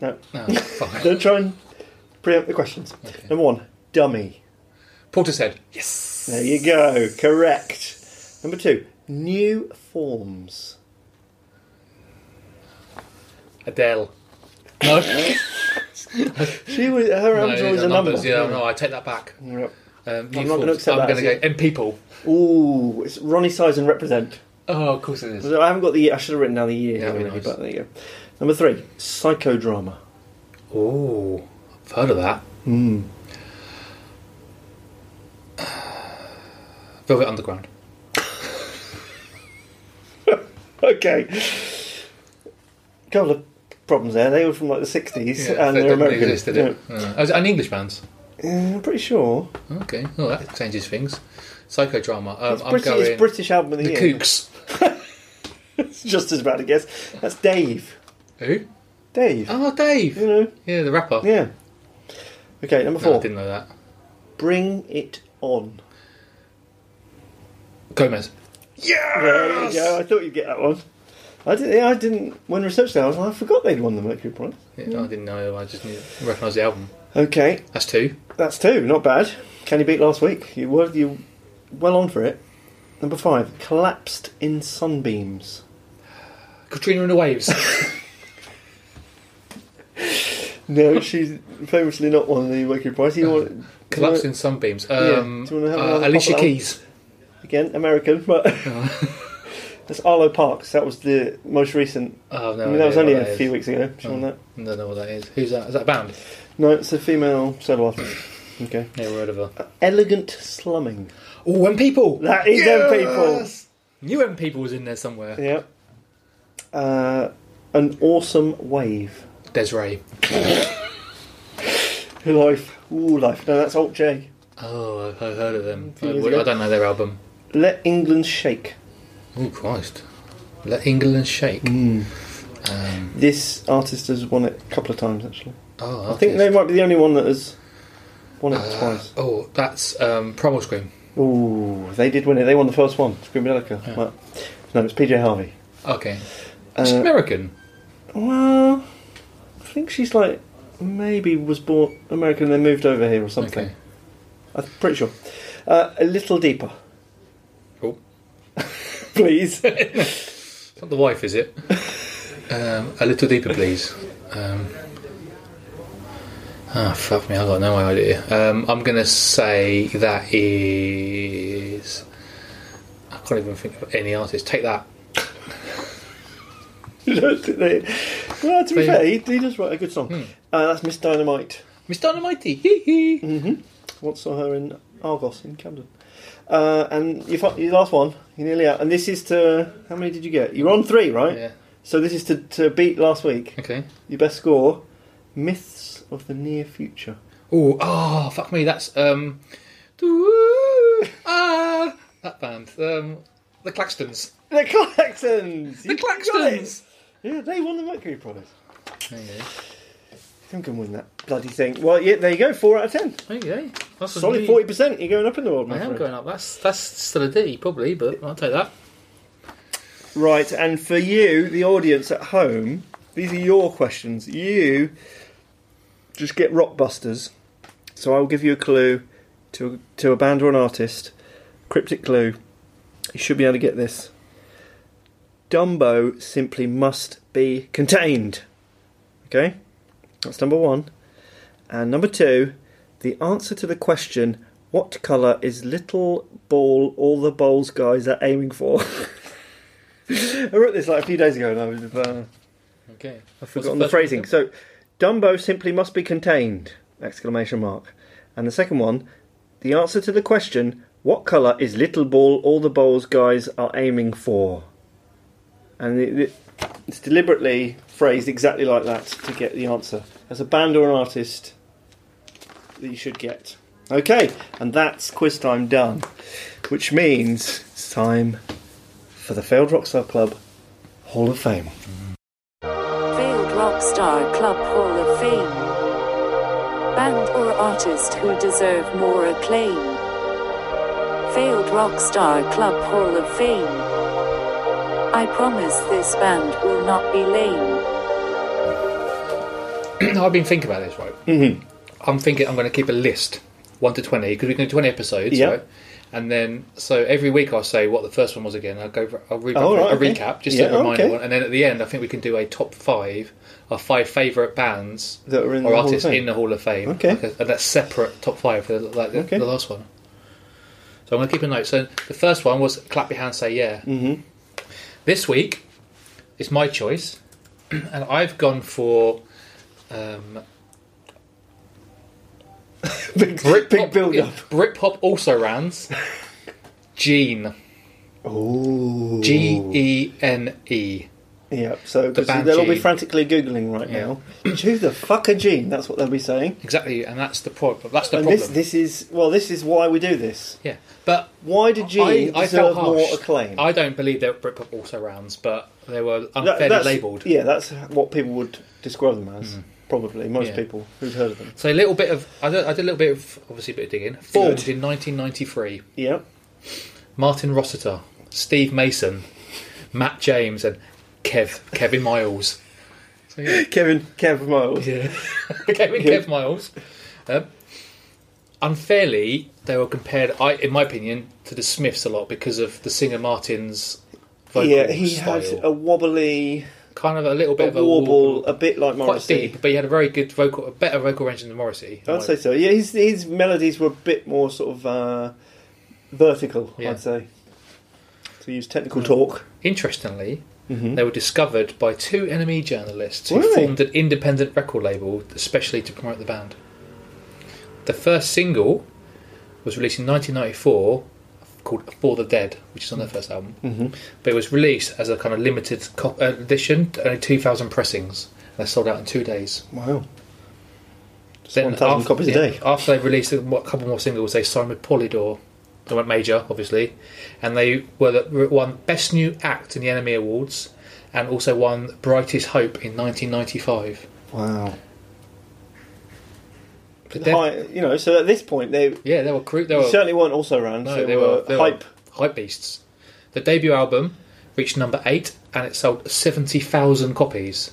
[SPEAKER 2] No,
[SPEAKER 1] Oh, fuck.
[SPEAKER 2] don't try and preempt the questions.
[SPEAKER 1] Okay.
[SPEAKER 2] Number one, dummy.
[SPEAKER 1] Portishead. Yes.
[SPEAKER 2] There you go. Correct. Number two, new forms.
[SPEAKER 1] Adele. No.
[SPEAKER 2] She was her
[SPEAKER 1] no,
[SPEAKER 2] album's always
[SPEAKER 1] the
[SPEAKER 2] a number.
[SPEAKER 1] numbers, Yeah, no, I take that back.
[SPEAKER 2] Yep.
[SPEAKER 1] Um,
[SPEAKER 2] not gonna accept
[SPEAKER 1] I'm
[SPEAKER 2] that
[SPEAKER 1] going to
[SPEAKER 2] as
[SPEAKER 1] go M people.
[SPEAKER 2] Ooh, it's Ronnie Size and represent.
[SPEAKER 1] Oh, of course it is.
[SPEAKER 2] I haven't got the. I should have written down the year.
[SPEAKER 1] Yeah,
[SPEAKER 2] here
[SPEAKER 1] that'd be
[SPEAKER 2] really,
[SPEAKER 1] nice.
[SPEAKER 2] But there you go. Number three, psychodrama.
[SPEAKER 1] Oh, I've heard of that.
[SPEAKER 2] Hmm.
[SPEAKER 1] Velvet Underground.
[SPEAKER 2] Okay. Couple of problems there. They were from like the sixties, and
[SPEAKER 1] that
[SPEAKER 2] they're
[SPEAKER 1] didn't
[SPEAKER 2] American.
[SPEAKER 1] exist, did it? Yeah. Oh, is it an English band?
[SPEAKER 2] Yeah. Uh, I'm pretty sure.
[SPEAKER 1] Okay, well, that changes things. Psychodrama. Um,
[SPEAKER 2] It's,
[SPEAKER 1] I'm
[SPEAKER 2] British,
[SPEAKER 1] going
[SPEAKER 2] it's British album of the,
[SPEAKER 1] The
[SPEAKER 2] year.
[SPEAKER 1] Kooks.
[SPEAKER 2] It's just as bad a guess. That's Dave.
[SPEAKER 1] Who?
[SPEAKER 2] Dave.
[SPEAKER 1] Oh, Dave.
[SPEAKER 2] You know.
[SPEAKER 1] Yeah, the rapper.
[SPEAKER 2] Yeah. Okay, number
[SPEAKER 1] No, I
[SPEAKER 2] four.
[SPEAKER 1] didn't know that.
[SPEAKER 2] Bring it on.
[SPEAKER 1] Gomez.
[SPEAKER 2] There you go. I thought you'd get that one. I didn't. yeah, I didn't. When research that, I was like, I forgot they'd won the Mercury Prize.
[SPEAKER 1] Yeah, I didn't know. I just knew, recognised the album.
[SPEAKER 2] Okay,
[SPEAKER 1] That's two.
[SPEAKER 2] that's two. Not bad. Can you beat last week? You were you well on for it. Number five. Collapsed in sunbeams.
[SPEAKER 1] Katrina and the Waves.
[SPEAKER 2] No, she's famously not won the Mercury Prize. You won
[SPEAKER 1] Collapsed in sunbeams. Um,
[SPEAKER 2] Do you wanna have
[SPEAKER 1] uh,
[SPEAKER 2] another
[SPEAKER 1] Alicia
[SPEAKER 2] pop at that
[SPEAKER 1] Keys.
[SPEAKER 2] again, American, but that's Arlo Parks. That was the most recent.
[SPEAKER 1] Oh no,
[SPEAKER 2] I mean, that was only
[SPEAKER 1] idea what
[SPEAKER 2] a
[SPEAKER 1] that
[SPEAKER 2] few
[SPEAKER 1] is.
[SPEAKER 2] weeks ago. She won
[SPEAKER 1] Oh.
[SPEAKER 2] that.
[SPEAKER 1] Don't know what that is. Who's that? Is that a band?
[SPEAKER 2] No, it's a female solo artist. Okay.
[SPEAKER 1] Never heard of her.
[SPEAKER 2] Elegant slumming.
[SPEAKER 1] Oh, M People.
[SPEAKER 2] That is them people.
[SPEAKER 1] New M People was in there somewhere.
[SPEAKER 2] Yep. Uh, an awesome wave.
[SPEAKER 1] Desiree.
[SPEAKER 2] Life. Ooh, life. No, that's Alt J.
[SPEAKER 1] Oh, I've I've heard of them.
[SPEAKER 2] Few
[SPEAKER 1] I,
[SPEAKER 2] years
[SPEAKER 1] would-
[SPEAKER 2] ago.
[SPEAKER 1] I don't know their album.
[SPEAKER 2] Let England Shake.
[SPEAKER 1] Oh Christ! Let England shake. Um,
[SPEAKER 2] This artist has won it a couple of times actually.
[SPEAKER 1] oh,
[SPEAKER 2] I think they might be the only one that has won it twice.
[SPEAKER 1] Oh, that's um, Primal Scream.
[SPEAKER 2] Ooh, they did win it. They won the first one. Screamadelica.
[SPEAKER 1] Yeah.
[SPEAKER 2] Well, no, it's PJ Harvey.
[SPEAKER 1] Okay, she's
[SPEAKER 2] Uh,
[SPEAKER 1] American.
[SPEAKER 2] well, I think she's like maybe was born American and then moved over here or something.
[SPEAKER 1] Okay.
[SPEAKER 2] I'm pretty sure. Uh, a little deeper,
[SPEAKER 1] Oh,
[SPEAKER 2] please.
[SPEAKER 1] it's not the wife, is it? um, a little deeper, please. Um, ah, fuck me, I got no idea. Um, I'm gonna say that is. I can't even think of any artist. Take that.
[SPEAKER 2] You don't think they- well, to be
[SPEAKER 1] They-
[SPEAKER 2] fair, he, he does write a good song.
[SPEAKER 1] Hmm.
[SPEAKER 2] Uh, that's Miss Dynamite.
[SPEAKER 1] Miss Dynamite. Hee hee.
[SPEAKER 2] Once saw her in Argos in Camden. Uh, and your, fi- your last one, you're nearly out. And this is to how many did you get? You're on three, right?
[SPEAKER 1] Yeah.
[SPEAKER 2] So this is to, to beat last week.
[SPEAKER 1] Okay.
[SPEAKER 2] Your best score, Myths of the Near Future.
[SPEAKER 1] Ooh, oh, fuck me, that's um, doo- ah, that band, um, the Claxtons,
[SPEAKER 2] The Claxons.
[SPEAKER 1] the
[SPEAKER 2] You got it!
[SPEAKER 1] Claxtons.
[SPEAKER 2] Yeah, they won the Mercury Prize.
[SPEAKER 1] There you
[SPEAKER 2] Who can win that bloody thing? Well, yeah, there you go. Four out of ten.
[SPEAKER 1] go. There you go. That's a
[SPEAKER 2] Solid
[SPEAKER 1] new-
[SPEAKER 2] forty percent. You're going up in the world, my
[SPEAKER 1] I am
[SPEAKER 2] friend.
[SPEAKER 1] going up. That's that's still a D probably, but I'll take that.
[SPEAKER 2] Right, and for you, the audience at home, these are your questions. You just get rockbusters. So I will give you a clue to to a band or an artist. Cryptic clue. You should be able to get this. Dumbo simply must be contained. Okay, that's number one. And number two, the answer to the question: What colour is little ball all the bowls guys are aiming for? I wrote this like a few days ago, and I was uh,
[SPEAKER 1] Okay.
[SPEAKER 2] I've forgotten the phrasing. So, Dumbo simply must be contained! Exclamation mark. And the second one, the answer to the question, "What colour is Little Ball? All the balls guys are aiming for." And it, it, it's deliberately phrased exactly like that to get the answer. As a band or an artist, that you should get. Okay, and that's quiz time done, which means it's time for the Failed Rockstar Club Hall of Fame.
[SPEAKER 4] Failed Rockstar Club Hall of Fame. Band or artist who deserve more acclaim. Failed Rockstar Club Hall of Fame. I promise this band will not be lame.
[SPEAKER 1] I've been thinking about this, right? Mm-hmm. I'm thinking I'm going to keep a list, one to twenty, because we can do twenty episodes,
[SPEAKER 2] Yeah.
[SPEAKER 1] right? And then, so every week I'll say what the first one was again. I'll go, for, I'll read
[SPEAKER 2] Oh,
[SPEAKER 1] a
[SPEAKER 2] right, okay.
[SPEAKER 1] recap, just
[SPEAKER 2] Yeah,
[SPEAKER 1] a reminder
[SPEAKER 2] okay.
[SPEAKER 1] one, and then at the end, I think we can do a top five, our five favourite bands
[SPEAKER 2] That are in the
[SPEAKER 1] or
[SPEAKER 2] Hall of
[SPEAKER 1] artists
[SPEAKER 2] Fame.
[SPEAKER 1] in the Hall of Fame.
[SPEAKER 2] Okay.
[SPEAKER 1] like a- and that's uh, separate top five for the, like the,
[SPEAKER 2] Okay.
[SPEAKER 1] the last one. So I'm going to keep a note. So the first one was clap your hands, say yeah. Mm-hmm. This week, it's my choice, and I've gone for. Um,
[SPEAKER 2] big,
[SPEAKER 1] Britpop,
[SPEAKER 2] big build up.
[SPEAKER 1] Britpop also rans. Gene.
[SPEAKER 2] Oh.
[SPEAKER 1] G E N E.
[SPEAKER 2] Yep, so 'cause
[SPEAKER 1] band
[SPEAKER 2] they'll all be
[SPEAKER 1] Gene.
[SPEAKER 2] frantically Googling right
[SPEAKER 1] Yeah.
[SPEAKER 2] now. Who the fuck are Gene? That's what they'll be saying.
[SPEAKER 1] Exactly, and that's the problem. That's the
[SPEAKER 2] and
[SPEAKER 1] problem.
[SPEAKER 2] this, this is, well, this is why we do this.
[SPEAKER 1] yeah, but
[SPEAKER 2] Why did
[SPEAKER 1] I,
[SPEAKER 2] Gene
[SPEAKER 1] I felt
[SPEAKER 2] deserve more
[SPEAKER 1] harsh.
[SPEAKER 2] acclaim?
[SPEAKER 1] I don't believe they're Britpop also rans, but they were
[SPEAKER 2] That-
[SPEAKER 1] unfairly
[SPEAKER 2] that's-
[SPEAKER 1] labelled. Hmm.
[SPEAKER 2] Yeah, that's what people would describe them as. Probably, most
[SPEAKER 1] Yeah.
[SPEAKER 2] people who've heard of them.
[SPEAKER 1] So a little bit of I did, I did a little bit of obviously a bit of digging. Formed
[SPEAKER 2] Good.
[SPEAKER 1] in 1993.
[SPEAKER 2] Yep.
[SPEAKER 1] Martin Rossiter, Steve Mason, Matt James, and Kev Kevin Miles. So yeah.
[SPEAKER 2] Kevin, Kevin Miles.
[SPEAKER 1] Yeah. Kevin
[SPEAKER 2] Yeah.
[SPEAKER 1] Kev Miles. Um, unfairly, they were compared, I, in my opinion, to the Smiths a lot because of the singer Martin's vocal
[SPEAKER 2] Yeah, he
[SPEAKER 1] style.
[SPEAKER 2] had a wobbly,
[SPEAKER 1] kind of a little bit
[SPEAKER 2] a
[SPEAKER 1] of a
[SPEAKER 2] warble,
[SPEAKER 1] warble,
[SPEAKER 2] a bit like
[SPEAKER 1] quite
[SPEAKER 2] Morrissey.
[SPEAKER 1] deep, but he had a very good vocal, a better vocal range than Morrissey. in
[SPEAKER 2] I'd
[SPEAKER 1] my-
[SPEAKER 2] say so. Yeah, his his melodies were a bit more sort of uh, vertical.
[SPEAKER 1] Yeah.
[SPEAKER 2] I'd say. To use technical talk.
[SPEAKER 1] Interestingly, they were discovered by two enemy journalists who
[SPEAKER 2] Really?
[SPEAKER 1] formed an independent record label especially to promote the band. The first single was released in 1994 called For the Dead, which is on their first album, mm-hmm. but it was released as a kind of limited co- edition, only 2,000 pressings. and They sold out in two days.
[SPEAKER 2] Wow.
[SPEAKER 1] Then
[SPEAKER 2] 1,000
[SPEAKER 1] after-
[SPEAKER 2] copies a
[SPEAKER 1] yeah,
[SPEAKER 2] day.
[SPEAKER 1] After they released a mo- couple more singles, they signed with Polydor. They went major, obviously, and they were the, won Best New Act in the Enemy Awards, and also won Brightest Hope in 1995.
[SPEAKER 2] Wow.
[SPEAKER 1] But then-
[SPEAKER 2] Hi, you know, so at this point, they
[SPEAKER 1] yeah, they were cru- they were
[SPEAKER 2] certainly weren't also around.
[SPEAKER 1] no,
[SPEAKER 2] so uh,
[SPEAKER 1] they were, they were
[SPEAKER 2] hype.
[SPEAKER 1] hype beasts. The debut album reached number eight, and it sold 70,000 copies,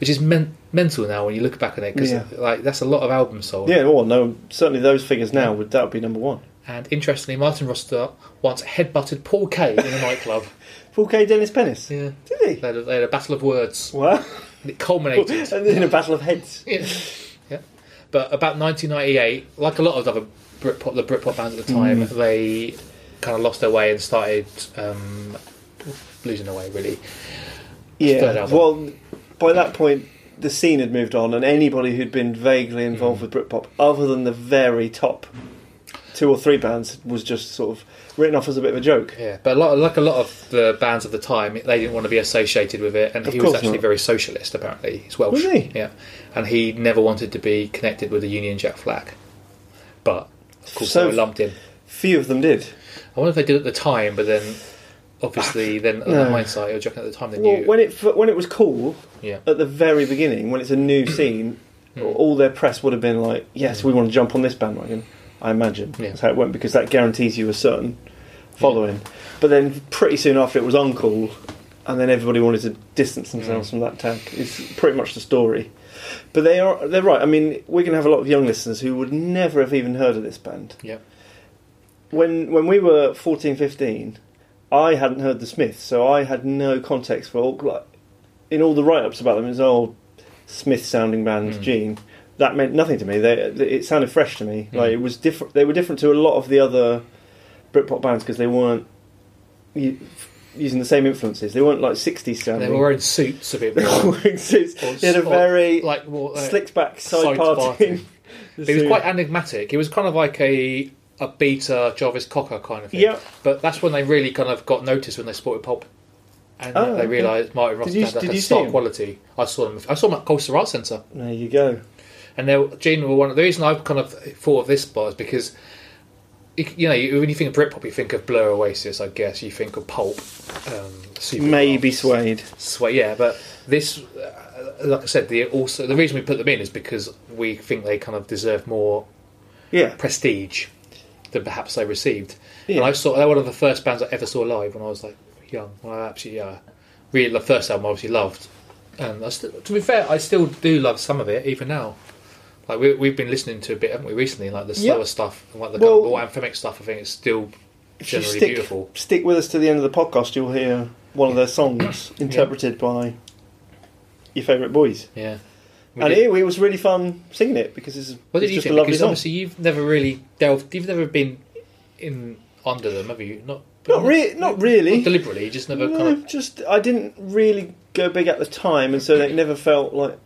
[SPEAKER 1] which is men- mental now when you look back on it because
[SPEAKER 2] Yeah.
[SPEAKER 1] like that's a lot of albums sold.
[SPEAKER 2] Yeah, well, no, certainly those figures now would that would be number one.
[SPEAKER 1] And interestingly, Martin Roster once headbutted Paul Kay in a nightclub.
[SPEAKER 2] 4K Dennis Pennis.
[SPEAKER 1] Yeah.
[SPEAKER 2] Did
[SPEAKER 1] They
[SPEAKER 2] he?
[SPEAKER 1] had, a, they had a battle of words.
[SPEAKER 2] Wow.
[SPEAKER 1] And it culminated.
[SPEAKER 2] and then a battle of heads.
[SPEAKER 1] yeah. yeah. But about 1998, like a lot of the other Britpop, the Britpop bands at the time,
[SPEAKER 2] Mm.
[SPEAKER 1] they kind of lost their way and started um, losing their way, really. third
[SPEAKER 2] Yeah.
[SPEAKER 1] album.
[SPEAKER 2] Well, by that point, the scene had moved on, and anybody who'd been vaguely involved with Britpop, other than the very top two or three bands, was just sort of written off as a bit of a joke.
[SPEAKER 1] Yeah. But a lot, like a lot of the bands of the time, they didn't want to be associated with it. And
[SPEAKER 2] Of
[SPEAKER 1] he was
[SPEAKER 2] course
[SPEAKER 1] actually
[SPEAKER 2] not.
[SPEAKER 1] very socialist, apparently. He's Welsh.
[SPEAKER 2] Was he?
[SPEAKER 1] Yeah. And he never wanted to be connected with the Union Jack flag. But, of course,
[SPEAKER 2] So-
[SPEAKER 1] they were lumped in.
[SPEAKER 2] Few of them did.
[SPEAKER 1] I wonder if they did at the time, but then obviously, then
[SPEAKER 2] No.
[SPEAKER 1] in hindsight, you're joking at the time they
[SPEAKER 2] Well,
[SPEAKER 1] knew.
[SPEAKER 2] when it f- when it was cool
[SPEAKER 1] yeah, Hmm.
[SPEAKER 2] at the very beginning, when it's a new scene, all their press would have been like, "Yes, we want to jump on this bandwagon." I imagine
[SPEAKER 1] Yeah.
[SPEAKER 2] that's how it went because that guarantees you a certain following. But then, pretty soon after, it was uncool, and then everybody wanted to distance
[SPEAKER 1] Hmm.
[SPEAKER 2] themselves from that tag. It's pretty much the story. But they are they're right. I mean, we're going to have a lot of young listeners who would never have even heard of this band
[SPEAKER 1] yeah,
[SPEAKER 2] when when we were 14 15 i hadn't heard the smiths so i had no context for all like in all the write-ups about them it was all smith sounding band
[SPEAKER 1] Hmm.
[SPEAKER 2] gene that meant nothing to me they, it sounded fresh to
[SPEAKER 1] Hmm.
[SPEAKER 2] me like it was different they were different to a lot of the other britpop bands because they weren't u- using the same influences they weren't like 60s
[SPEAKER 1] they
[SPEAKER 2] sounding
[SPEAKER 1] were wearing suits a bit
[SPEAKER 2] They were
[SPEAKER 1] more.
[SPEAKER 2] wearing suits.
[SPEAKER 1] Or-
[SPEAKER 2] They had a
[SPEAKER 1] or
[SPEAKER 2] very
[SPEAKER 1] like more, uh,
[SPEAKER 2] slicked back side,
[SPEAKER 1] side
[SPEAKER 2] parting.
[SPEAKER 1] parting. He was quite enigmatic. He was kind of like a a beta Jarvis Cocker kind of thing.
[SPEAKER 2] Yeah.
[SPEAKER 1] But that's when they really kind of got noticed when they sported pop, and
[SPEAKER 2] Oh,
[SPEAKER 1] they
[SPEAKER 2] okay.
[SPEAKER 1] realised Martin Ross
[SPEAKER 2] Did you-
[SPEAKER 1] had that
[SPEAKER 2] did you see
[SPEAKER 1] star
[SPEAKER 2] him?
[SPEAKER 1] quality. I saw them. I saw them at Colchester Art Centre.
[SPEAKER 2] There you go.
[SPEAKER 1] And they were, Gene were one of the reason I've kind of thought of this spot is because you, you know you, when you think of Britpop, you think of Blur, Oasis, I guess. You think of Pulp, um, Supergrass,
[SPEAKER 2] Maybe swayed.
[SPEAKER 1] Sway. Yeah, but this, uh, like I said, the also the reason we put them in is because we think they kind of deserve more
[SPEAKER 2] Yeah.
[SPEAKER 1] prestige than perhaps they received.
[SPEAKER 2] Yeah.
[SPEAKER 1] And I saw they were one of the first bands I ever saw live when I was like young. When I actually uh, really the first album I obviously loved, and I still, to be fair, I still do love some of it even now. Like we, we've been listening to a bit, haven't we, recently? Like the
[SPEAKER 2] Yeah.
[SPEAKER 1] slower stuff, and like the
[SPEAKER 2] Well-
[SPEAKER 1] kind of more anthemic stuff. I think it's still
[SPEAKER 2] If you
[SPEAKER 1] generally
[SPEAKER 2] stick,
[SPEAKER 1] beautiful.
[SPEAKER 2] stick with us to the end of the podcast, you'll hear one of their songs interpreted by your favourite boys.
[SPEAKER 1] Yeah. We
[SPEAKER 2] and
[SPEAKER 1] did-
[SPEAKER 2] it, it was really fun singing it because it's,
[SPEAKER 1] what did
[SPEAKER 2] it's
[SPEAKER 1] you
[SPEAKER 2] just
[SPEAKER 1] think?
[SPEAKER 2] a lovely
[SPEAKER 1] Because
[SPEAKER 2] song.
[SPEAKER 1] obviously you've never really delved. You've never been in under them, have you? Not.
[SPEAKER 2] Not, re- not really.
[SPEAKER 1] Not deliberately. You just never
[SPEAKER 2] no,
[SPEAKER 1] kind of.
[SPEAKER 2] just I didn't really go big at the time, and so it never felt like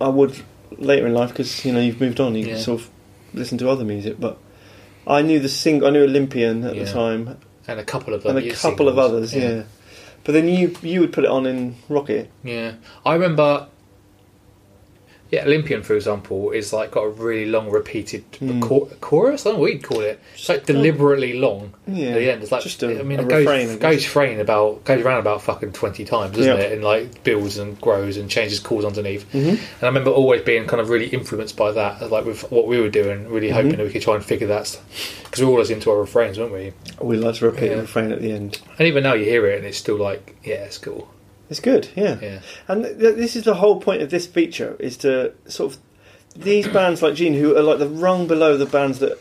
[SPEAKER 2] I would later in life because you know you've moved on, you
[SPEAKER 1] Hmm. Yeah.
[SPEAKER 2] sort of listen to other music. But I knew the sing, I knew Olympian at the
[SPEAKER 1] Yeah.
[SPEAKER 2] time,
[SPEAKER 1] And a couple of
[SPEAKER 2] and a
[SPEAKER 1] other
[SPEAKER 2] couple of
[SPEAKER 1] singles.
[SPEAKER 2] others, yeah. But then you you would put it on in Rocket.
[SPEAKER 1] Yeah, I remember. Yeah, Olympian, for example, is like got a really long repeated
[SPEAKER 2] Hmm.
[SPEAKER 1] chor- chorus. I don't know what you'd call it. It's like deliberately long.
[SPEAKER 2] Yeah,
[SPEAKER 1] at the end, it's like
[SPEAKER 2] just a-
[SPEAKER 1] I mean,
[SPEAKER 2] a
[SPEAKER 1] it goes
[SPEAKER 2] refrain, I guess.
[SPEAKER 1] goes frame about goes around about fucking twenty times, doesn't
[SPEAKER 2] Yeah.
[SPEAKER 1] it? And like builds and grows and changes chords underneath. Mm-hmm. And I remember always being kind of really influenced by that, like with what we were doing,
[SPEAKER 2] Mm-hmm.
[SPEAKER 1] really hoping that we could try and figure that because we're always into our refrains, weren't we?
[SPEAKER 2] We like to repeat
[SPEAKER 1] Yeah.
[SPEAKER 2] the refrain at the end.
[SPEAKER 1] And even now you hear it and it's still like, yeah, it's cool.
[SPEAKER 2] It's good, yeah.
[SPEAKER 1] Yeah.
[SPEAKER 2] And th- this is the whole point of this feature is to sort of these bands like Gene, who are like the rung below the bands that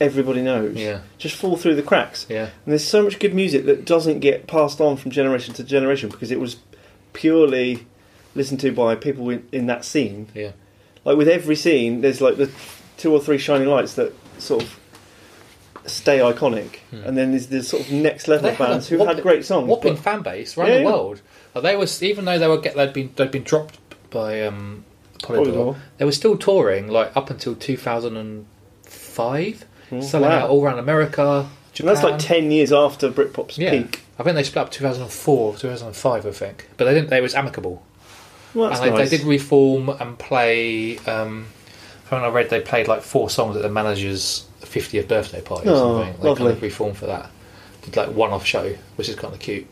[SPEAKER 2] everybody knows,
[SPEAKER 1] Yeah.
[SPEAKER 2] just fall through the cracks.
[SPEAKER 1] Yeah.
[SPEAKER 2] And there's so much good music that doesn't get passed on from generation to generation because it was purely listened to by people in, in that scene.
[SPEAKER 1] Yeah.
[SPEAKER 2] Like with every scene, there's like the two or three shining lights that sort of stay iconic, and then there's the sort of next level
[SPEAKER 1] Hmm. They
[SPEAKER 2] of bands
[SPEAKER 1] a
[SPEAKER 2] who had
[SPEAKER 1] whopping-
[SPEAKER 2] great songs.
[SPEAKER 1] whopping
[SPEAKER 2] but-
[SPEAKER 1] fan base around
[SPEAKER 2] Yeah,
[SPEAKER 1] the
[SPEAKER 2] yeah.
[SPEAKER 1] world. Like, they was even though they were get they'd been they'd been dropped by um, Polydor,
[SPEAKER 2] Polydor.
[SPEAKER 1] they were still touring like up until two thousand and five, selling
[SPEAKER 2] Oh, wow.
[SPEAKER 1] out all around America.
[SPEAKER 2] And
[SPEAKER 1] Japan.
[SPEAKER 2] that's like 10 years after Britpop's
[SPEAKER 1] yeah.
[SPEAKER 2] peak.
[SPEAKER 1] I think they split up 2004, 2005, I think. But they didn't. They was amicable,
[SPEAKER 2] Well, that's
[SPEAKER 1] and they,
[SPEAKER 2] nice.
[SPEAKER 1] they did reform and play. Um, Apparently, I read they played like four songs at the manager's 50th birthday party or
[SPEAKER 2] Oh,
[SPEAKER 1] something. They kind
[SPEAKER 2] lovely.
[SPEAKER 1] of reformed for that. Did like one off show, which is kind of cute.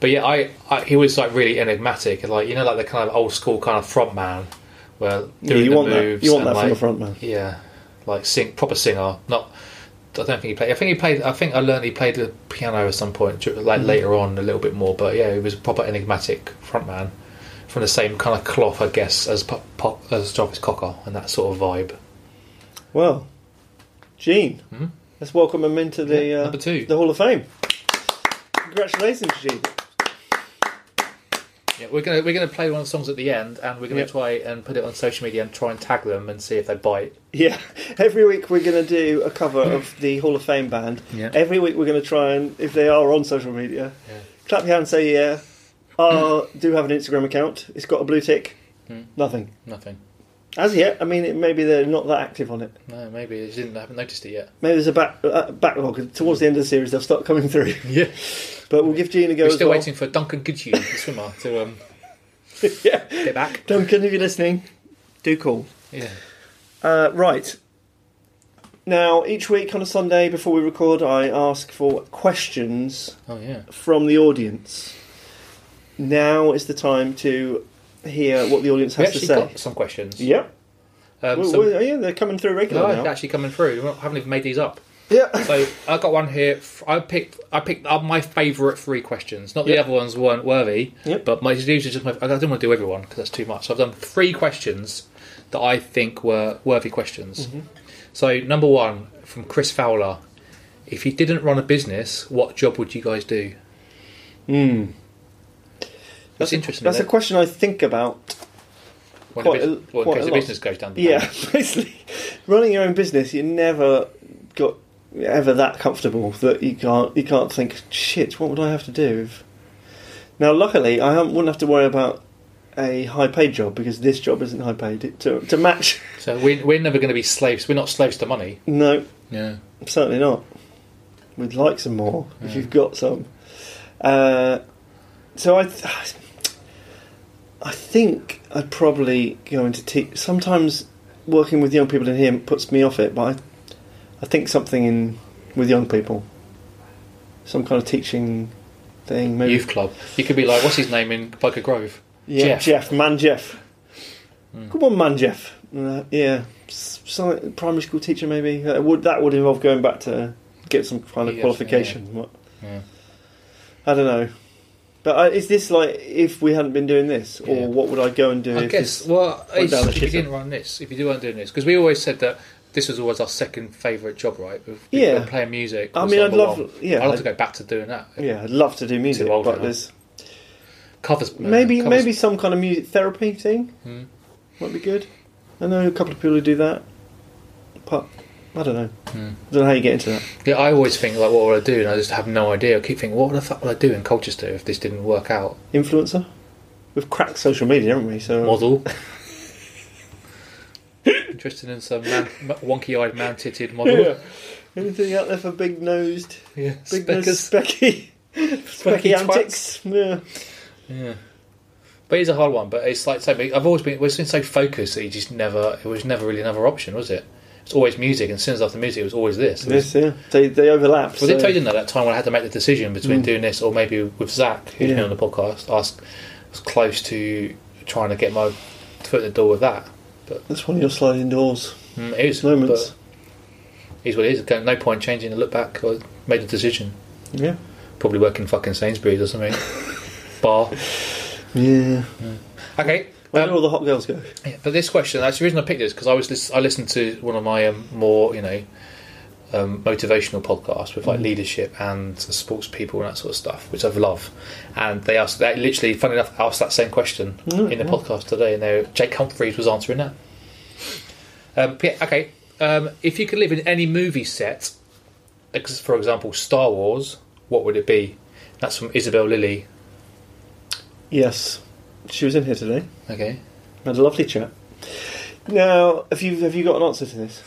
[SPEAKER 1] But yeah, I, I he was like really enigmatic, and, like you know, like the kind of old school kind of front man, where doing
[SPEAKER 2] Yeah, you
[SPEAKER 1] the
[SPEAKER 2] want that.
[SPEAKER 1] moves
[SPEAKER 2] You want
[SPEAKER 1] and,
[SPEAKER 2] that from a
[SPEAKER 1] like,
[SPEAKER 2] front man.
[SPEAKER 1] yeah, like sing proper singer. Not, I don't think he played. I think he played. I think I learned he played the piano at some point, dur- like
[SPEAKER 2] Mm-hmm.
[SPEAKER 1] later on a little bit more. But yeah, he was a proper enigmatic frontman from the same kind of cloth, I guess, as pop, pop as Jarvis Cocker and that sort of vibe.
[SPEAKER 2] Well, Gene, let's welcome him into the
[SPEAKER 1] Hmm? Yeah,
[SPEAKER 2] uh,
[SPEAKER 1] number two.
[SPEAKER 2] the Hall of Fame. Congratulations, Gene.
[SPEAKER 1] Yeah, we're gonna we're gonna play one of the songs at the end, and we're gonna
[SPEAKER 2] Yep.
[SPEAKER 1] try and put it on social media and try and tag them and see if they bite.
[SPEAKER 2] Yeah, every week we're going to do a cover of the Hall of Fame band.
[SPEAKER 1] Yeah.
[SPEAKER 2] Every week we're going to try and, if they are on social media, clap your hands, say yeah. I do have an Instagram account. It's got a blue tick.
[SPEAKER 1] Hmm.
[SPEAKER 2] Nothing.
[SPEAKER 1] Nothing.
[SPEAKER 2] As yet, I mean, it, maybe they're not that active on it.
[SPEAKER 1] No, maybe they didn't. I haven't noticed it yet.
[SPEAKER 2] Maybe there's a back, uh, backlog. Towards the end of the series, they'll start coming through.
[SPEAKER 1] Yeah,
[SPEAKER 2] But we'll give Gene a go
[SPEAKER 1] we're
[SPEAKER 2] as
[SPEAKER 1] still
[SPEAKER 2] well.
[SPEAKER 1] waiting for Duncan Goodhue, the swimmer, to um,
[SPEAKER 2] yeah.
[SPEAKER 1] get back.
[SPEAKER 2] Duncan, if you're listening, do call.
[SPEAKER 1] Yeah.
[SPEAKER 2] Uh, right. Now, each week on a Sunday before we record, I ask for questions
[SPEAKER 1] Oh yeah.
[SPEAKER 2] from the audience. Now is the time to hear what the audience
[SPEAKER 1] We
[SPEAKER 2] has to
[SPEAKER 1] actually
[SPEAKER 2] say.
[SPEAKER 1] got some questions.
[SPEAKER 2] Yeah.
[SPEAKER 1] Um,
[SPEAKER 2] Well,
[SPEAKER 1] some-
[SPEAKER 2] well, yeah, they're coming through
[SPEAKER 1] No,
[SPEAKER 2] regularly
[SPEAKER 1] it's
[SPEAKER 2] now.
[SPEAKER 1] actually coming through. We haven't even made these up.
[SPEAKER 2] Yeah.
[SPEAKER 1] So I got one here. F- I picked. I picked up my favourite three questions. Not the
[SPEAKER 2] Yep.
[SPEAKER 1] other ones weren't worthy.
[SPEAKER 2] Yep.
[SPEAKER 1] But my these are just my. I didn't want to do everyone because that's too much. So I've done three questions that I think were worthy questions.
[SPEAKER 2] Mm-hmm.
[SPEAKER 1] So number one from Chris Fowler: If you didn't run a business, what job would you guys do? That's, interesting.
[SPEAKER 2] Hmm. That's a
[SPEAKER 1] isn't it?
[SPEAKER 2] question I think about.
[SPEAKER 1] When a
[SPEAKER 2] quite a-
[SPEAKER 1] bus- well, in
[SPEAKER 2] quite
[SPEAKER 1] case
[SPEAKER 2] a
[SPEAKER 1] the
[SPEAKER 2] lot.
[SPEAKER 1] business goes down. The
[SPEAKER 2] Yeah,
[SPEAKER 1] pan.
[SPEAKER 2] basically, running your own business, you never got ever that comfortable that you can't you can't think shit. What would I have to do? If... Now, luckily, I haven't- wouldn't have to worry about a high paid job because this job isn't high paid It- to to match.
[SPEAKER 1] So we, we're never going to be slaves. We're not slaves to money.
[SPEAKER 2] No,
[SPEAKER 1] Yeah.
[SPEAKER 2] certainly not. We'd like some more if you've got some. Uh, so I, th- I think I'd probably go into te- sometimes working with young people in here puts me off it, but I, I think something in with young people, some kind of teaching thing. Maybe
[SPEAKER 1] youth club. You could be like, what's his name in Bugger Grove?
[SPEAKER 2] yeah,
[SPEAKER 1] Jeff. Hmm.
[SPEAKER 2] Jeff. man, Jeff. Come on, man, Jeff. Uh, yeah, S- some primary school teacher maybe. That would that would involve going back to get some kind of
[SPEAKER 1] Yes,
[SPEAKER 2] qualification. What?
[SPEAKER 1] Yeah.
[SPEAKER 2] I don't know. But uh, is this like if we hadn't been doing this, or
[SPEAKER 1] Yeah.
[SPEAKER 2] what would I go and do?
[SPEAKER 1] I
[SPEAKER 2] if
[SPEAKER 1] guess.
[SPEAKER 2] this-
[SPEAKER 1] Well,
[SPEAKER 2] went
[SPEAKER 1] it's-
[SPEAKER 2] down the
[SPEAKER 1] if you
[SPEAKER 2] shitter.
[SPEAKER 1] didn't run this, if you weren't doing this, because we always said that this was always our second favourite job, right? We've, we've
[SPEAKER 2] Yeah.
[SPEAKER 1] been playing music.
[SPEAKER 2] I
[SPEAKER 1] was
[SPEAKER 2] mean, I'd
[SPEAKER 1] number
[SPEAKER 2] love-
[SPEAKER 1] one.
[SPEAKER 2] yeah,
[SPEAKER 1] I'd love
[SPEAKER 2] I'd-
[SPEAKER 1] to go back to doing that.
[SPEAKER 2] yeah, I'd love to do music,
[SPEAKER 1] old
[SPEAKER 2] but
[SPEAKER 1] now.
[SPEAKER 2] there's
[SPEAKER 1] Covers. uh,
[SPEAKER 2] maybe
[SPEAKER 1] covers-
[SPEAKER 2] maybe some kind of music therapy thing
[SPEAKER 1] Hmm.
[SPEAKER 2] might be good. I know a couple of people who do that, but I don't know.
[SPEAKER 1] Hmm.
[SPEAKER 2] I don't know how you get into that.
[SPEAKER 1] Yeah, I always think like, what would I do? And I just have no idea. I keep thinking, what the fuck would I do in Colchester if this didn't work out?
[SPEAKER 2] Influencer. We've cracked social media, haven't we? So
[SPEAKER 1] Model. Interested in some man, wonky-eyed, man-titted model.
[SPEAKER 2] Yeah. Anything out there for big nosed,
[SPEAKER 1] Yeah.
[SPEAKER 2] big
[SPEAKER 1] Speckers.
[SPEAKER 2] nosed specky, specky
[SPEAKER 1] twats.
[SPEAKER 2] antics? Yeah.
[SPEAKER 1] Yeah. But it's a hard one. But it's like so. I've always been. We've been so focused that you just never. It was never really another option, was it? It's always music, and as soon as after music, it was always this. It was,
[SPEAKER 2] Yes, yeah. They they overlap.
[SPEAKER 1] was
[SPEAKER 2] so- Mm.
[SPEAKER 1] it told you that time when I had to make the decision between doing this or maybe with Zach, who's
[SPEAKER 2] Yeah.
[SPEAKER 1] been on the podcast? I was, I was close to trying to get my foot in the door with that.
[SPEAKER 2] That's one of your sliding doors
[SPEAKER 1] Mm, it is,
[SPEAKER 2] moments.
[SPEAKER 1] but it is what it is. Again, No point changing the look back. I made a decision.
[SPEAKER 2] Yeah.
[SPEAKER 1] Probably work in fucking Sainsbury's or something. Bar.
[SPEAKER 2] Yeah.
[SPEAKER 1] Okay.
[SPEAKER 2] Where
[SPEAKER 1] um,
[SPEAKER 2] do all the hot girls go?
[SPEAKER 1] Yeah, but this question, that's the reason I picked this because I was lis- I listened to one of my um, more you know um, motivational podcasts with like leadership and sports people and that sort of stuff, which I love. And they asked that literally, funny enough, asked that same question in the podcast today, and they were- Jake Humphries was answering that. Um, yeah, okay, um, if you could live in any movie set, ex- for example, Star Wars, what would it be? That's from Isabel Lilly.
[SPEAKER 2] Yes. She was in here today.
[SPEAKER 1] Okay.
[SPEAKER 2] Had a lovely chat. Now, have you have you got an answer to this?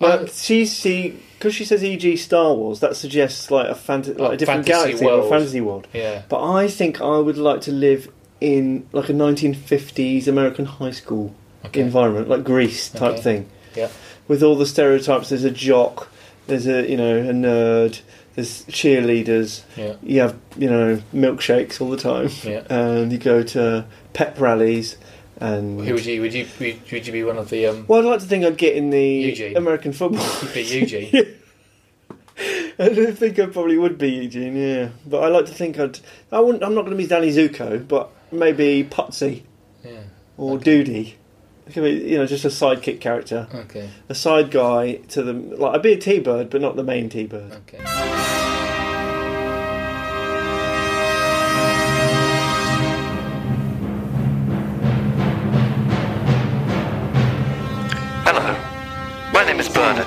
[SPEAKER 1] Uh,
[SPEAKER 2] Well, she she because she says e.g. Star Wars that suggests like a fanta- like a different
[SPEAKER 1] fantasy
[SPEAKER 2] galaxy or
[SPEAKER 1] world.
[SPEAKER 2] a fantasy world.
[SPEAKER 1] Yeah.
[SPEAKER 2] But I think I would like to live in like a 1950s American high school
[SPEAKER 1] Okay.
[SPEAKER 2] environment, like Greece type
[SPEAKER 1] Okay.
[SPEAKER 2] thing.
[SPEAKER 1] Yeah.
[SPEAKER 2] with all the stereotypes. There's a jock, there's a you know a nerd, there's cheerleaders.
[SPEAKER 1] Yeah.
[SPEAKER 2] You have you know milkshakes all the time,
[SPEAKER 1] Yeah.
[SPEAKER 2] and you go to pep rallies. And
[SPEAKER 1] Who would you would you would you be one of the um?
[SPEAKER 2] well, I'd like to think I'd get in the
[SPEAKER 1] Eugene.
[SPEAKER 2] American football.
[SPEAKER 1] You'd be Eugene.
[SPEAKER 2] I don't think I probably would be Eugene, yeah. But I like to think I'd. I wouldn't. I'm not going to be Danny Zuko, but maybe Potsy
[SPEAKER 1] Yeah.
[SPEAKER 2] or
[SPEAKER 1] Okay.
[SPEAKER 2] Doody. I could be, you know, just a sidekick character,
[SPEAKER 1] Okay.
[SPEAKER 2] a side guy to the. Like I'd be a T-bird, but not the main T-bird.
[SPEAKER 1] Okay.
[SPEAKER 5] Hello. My name is Bernard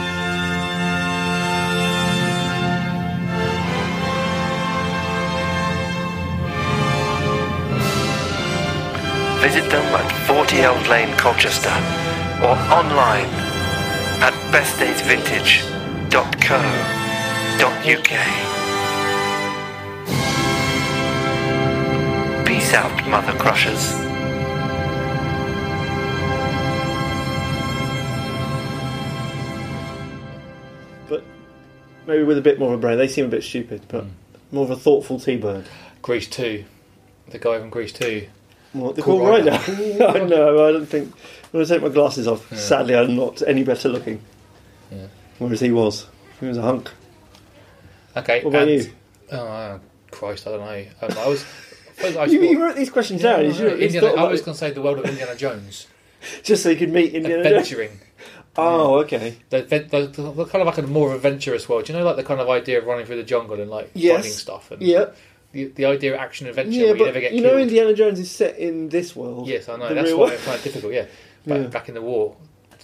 [SPEAKER 5] visit them at 40 Elm Lane, Colchester, or online at bestdaysvintage.co.uk. Peace out, Mother Crushers.
[SPEAKER 2] But maybe with a bit more of a brain. They seem a bit stupid,
[SPEAKER 1] Hmm.
[SPEAKER 2] but more of a thoughtful T-bird.
[SPEAKER 1] Grease two. The guy from Grease two.
[SPEAKER 2] What the
[SPEAKER 1] Cool
[SPEAKER 2] cool, right
[SPEAKER 1] rider.
[SPEAKER 2] now? I know. I don't think. When I take my glasses off, sadly, I'm not any better looking.
[SPEAKER 1] Yeah.
[SPEAKER 2] Whereas he was. He was a hunk.
[SPEAKER 1] Okay.
[SPEAKER 2] What about
[SPEAKER 1] and-
[SPEAKER 2] you?
[SPEAKER 1] Oh uh, Christ! I don't know. Um, I was. I was- I
[SPEAKER 2] You,
[SPEAKER 1] thought-
[SPEAKER 2] you wrote these questions down. You should have at least
[SPEAKER 1] Indiana,
[SPEAKER 2] thought
[SPEAKER 1] I
[SPEAKER 2] about
[SPEAKER 1] was
[SPEAKER 2] it.
[SPEAKER 1] going to say the world of Indiana Jones.
[SPEAKER 2] just so you could meet Indiana Jones.
[SPEAKER 1] Adventuring.
[SPEAKER 2] Oh, okay.
[SPEAKER 1] The, the, the, the kind of like a more adventurous world. Do you know like the kind of idea of running through the jungle and like
[SPEAKER 2] Yes.
[SPEAKER 1] finding stuff and
[SPEAKER 2] Yeah,
[SPEAKER 1] the, the idea of action adventure
[SPEAKER 2] yeah,
[SPEAKER 1] where you
[SPEAKER 2] but
[SPEAKER 1] never get
[SPEAKER 2] you know,
[SPEAKER 1] killed.
[SPEAKER 2] Indiana Jones is set in this world.
[SPEAKER 1] yes, I know.
[SPEAKER 2] the
[SPEAKER 1] That's
[SPEAKER 2] real
[SPEAKER 1] why
[SPEAKER 2] world.
[SPEAKER 1] I find it difficult. Yeah, back,
[SPEAKER 2] Yeah.
[SPEAKER 1] back in the war,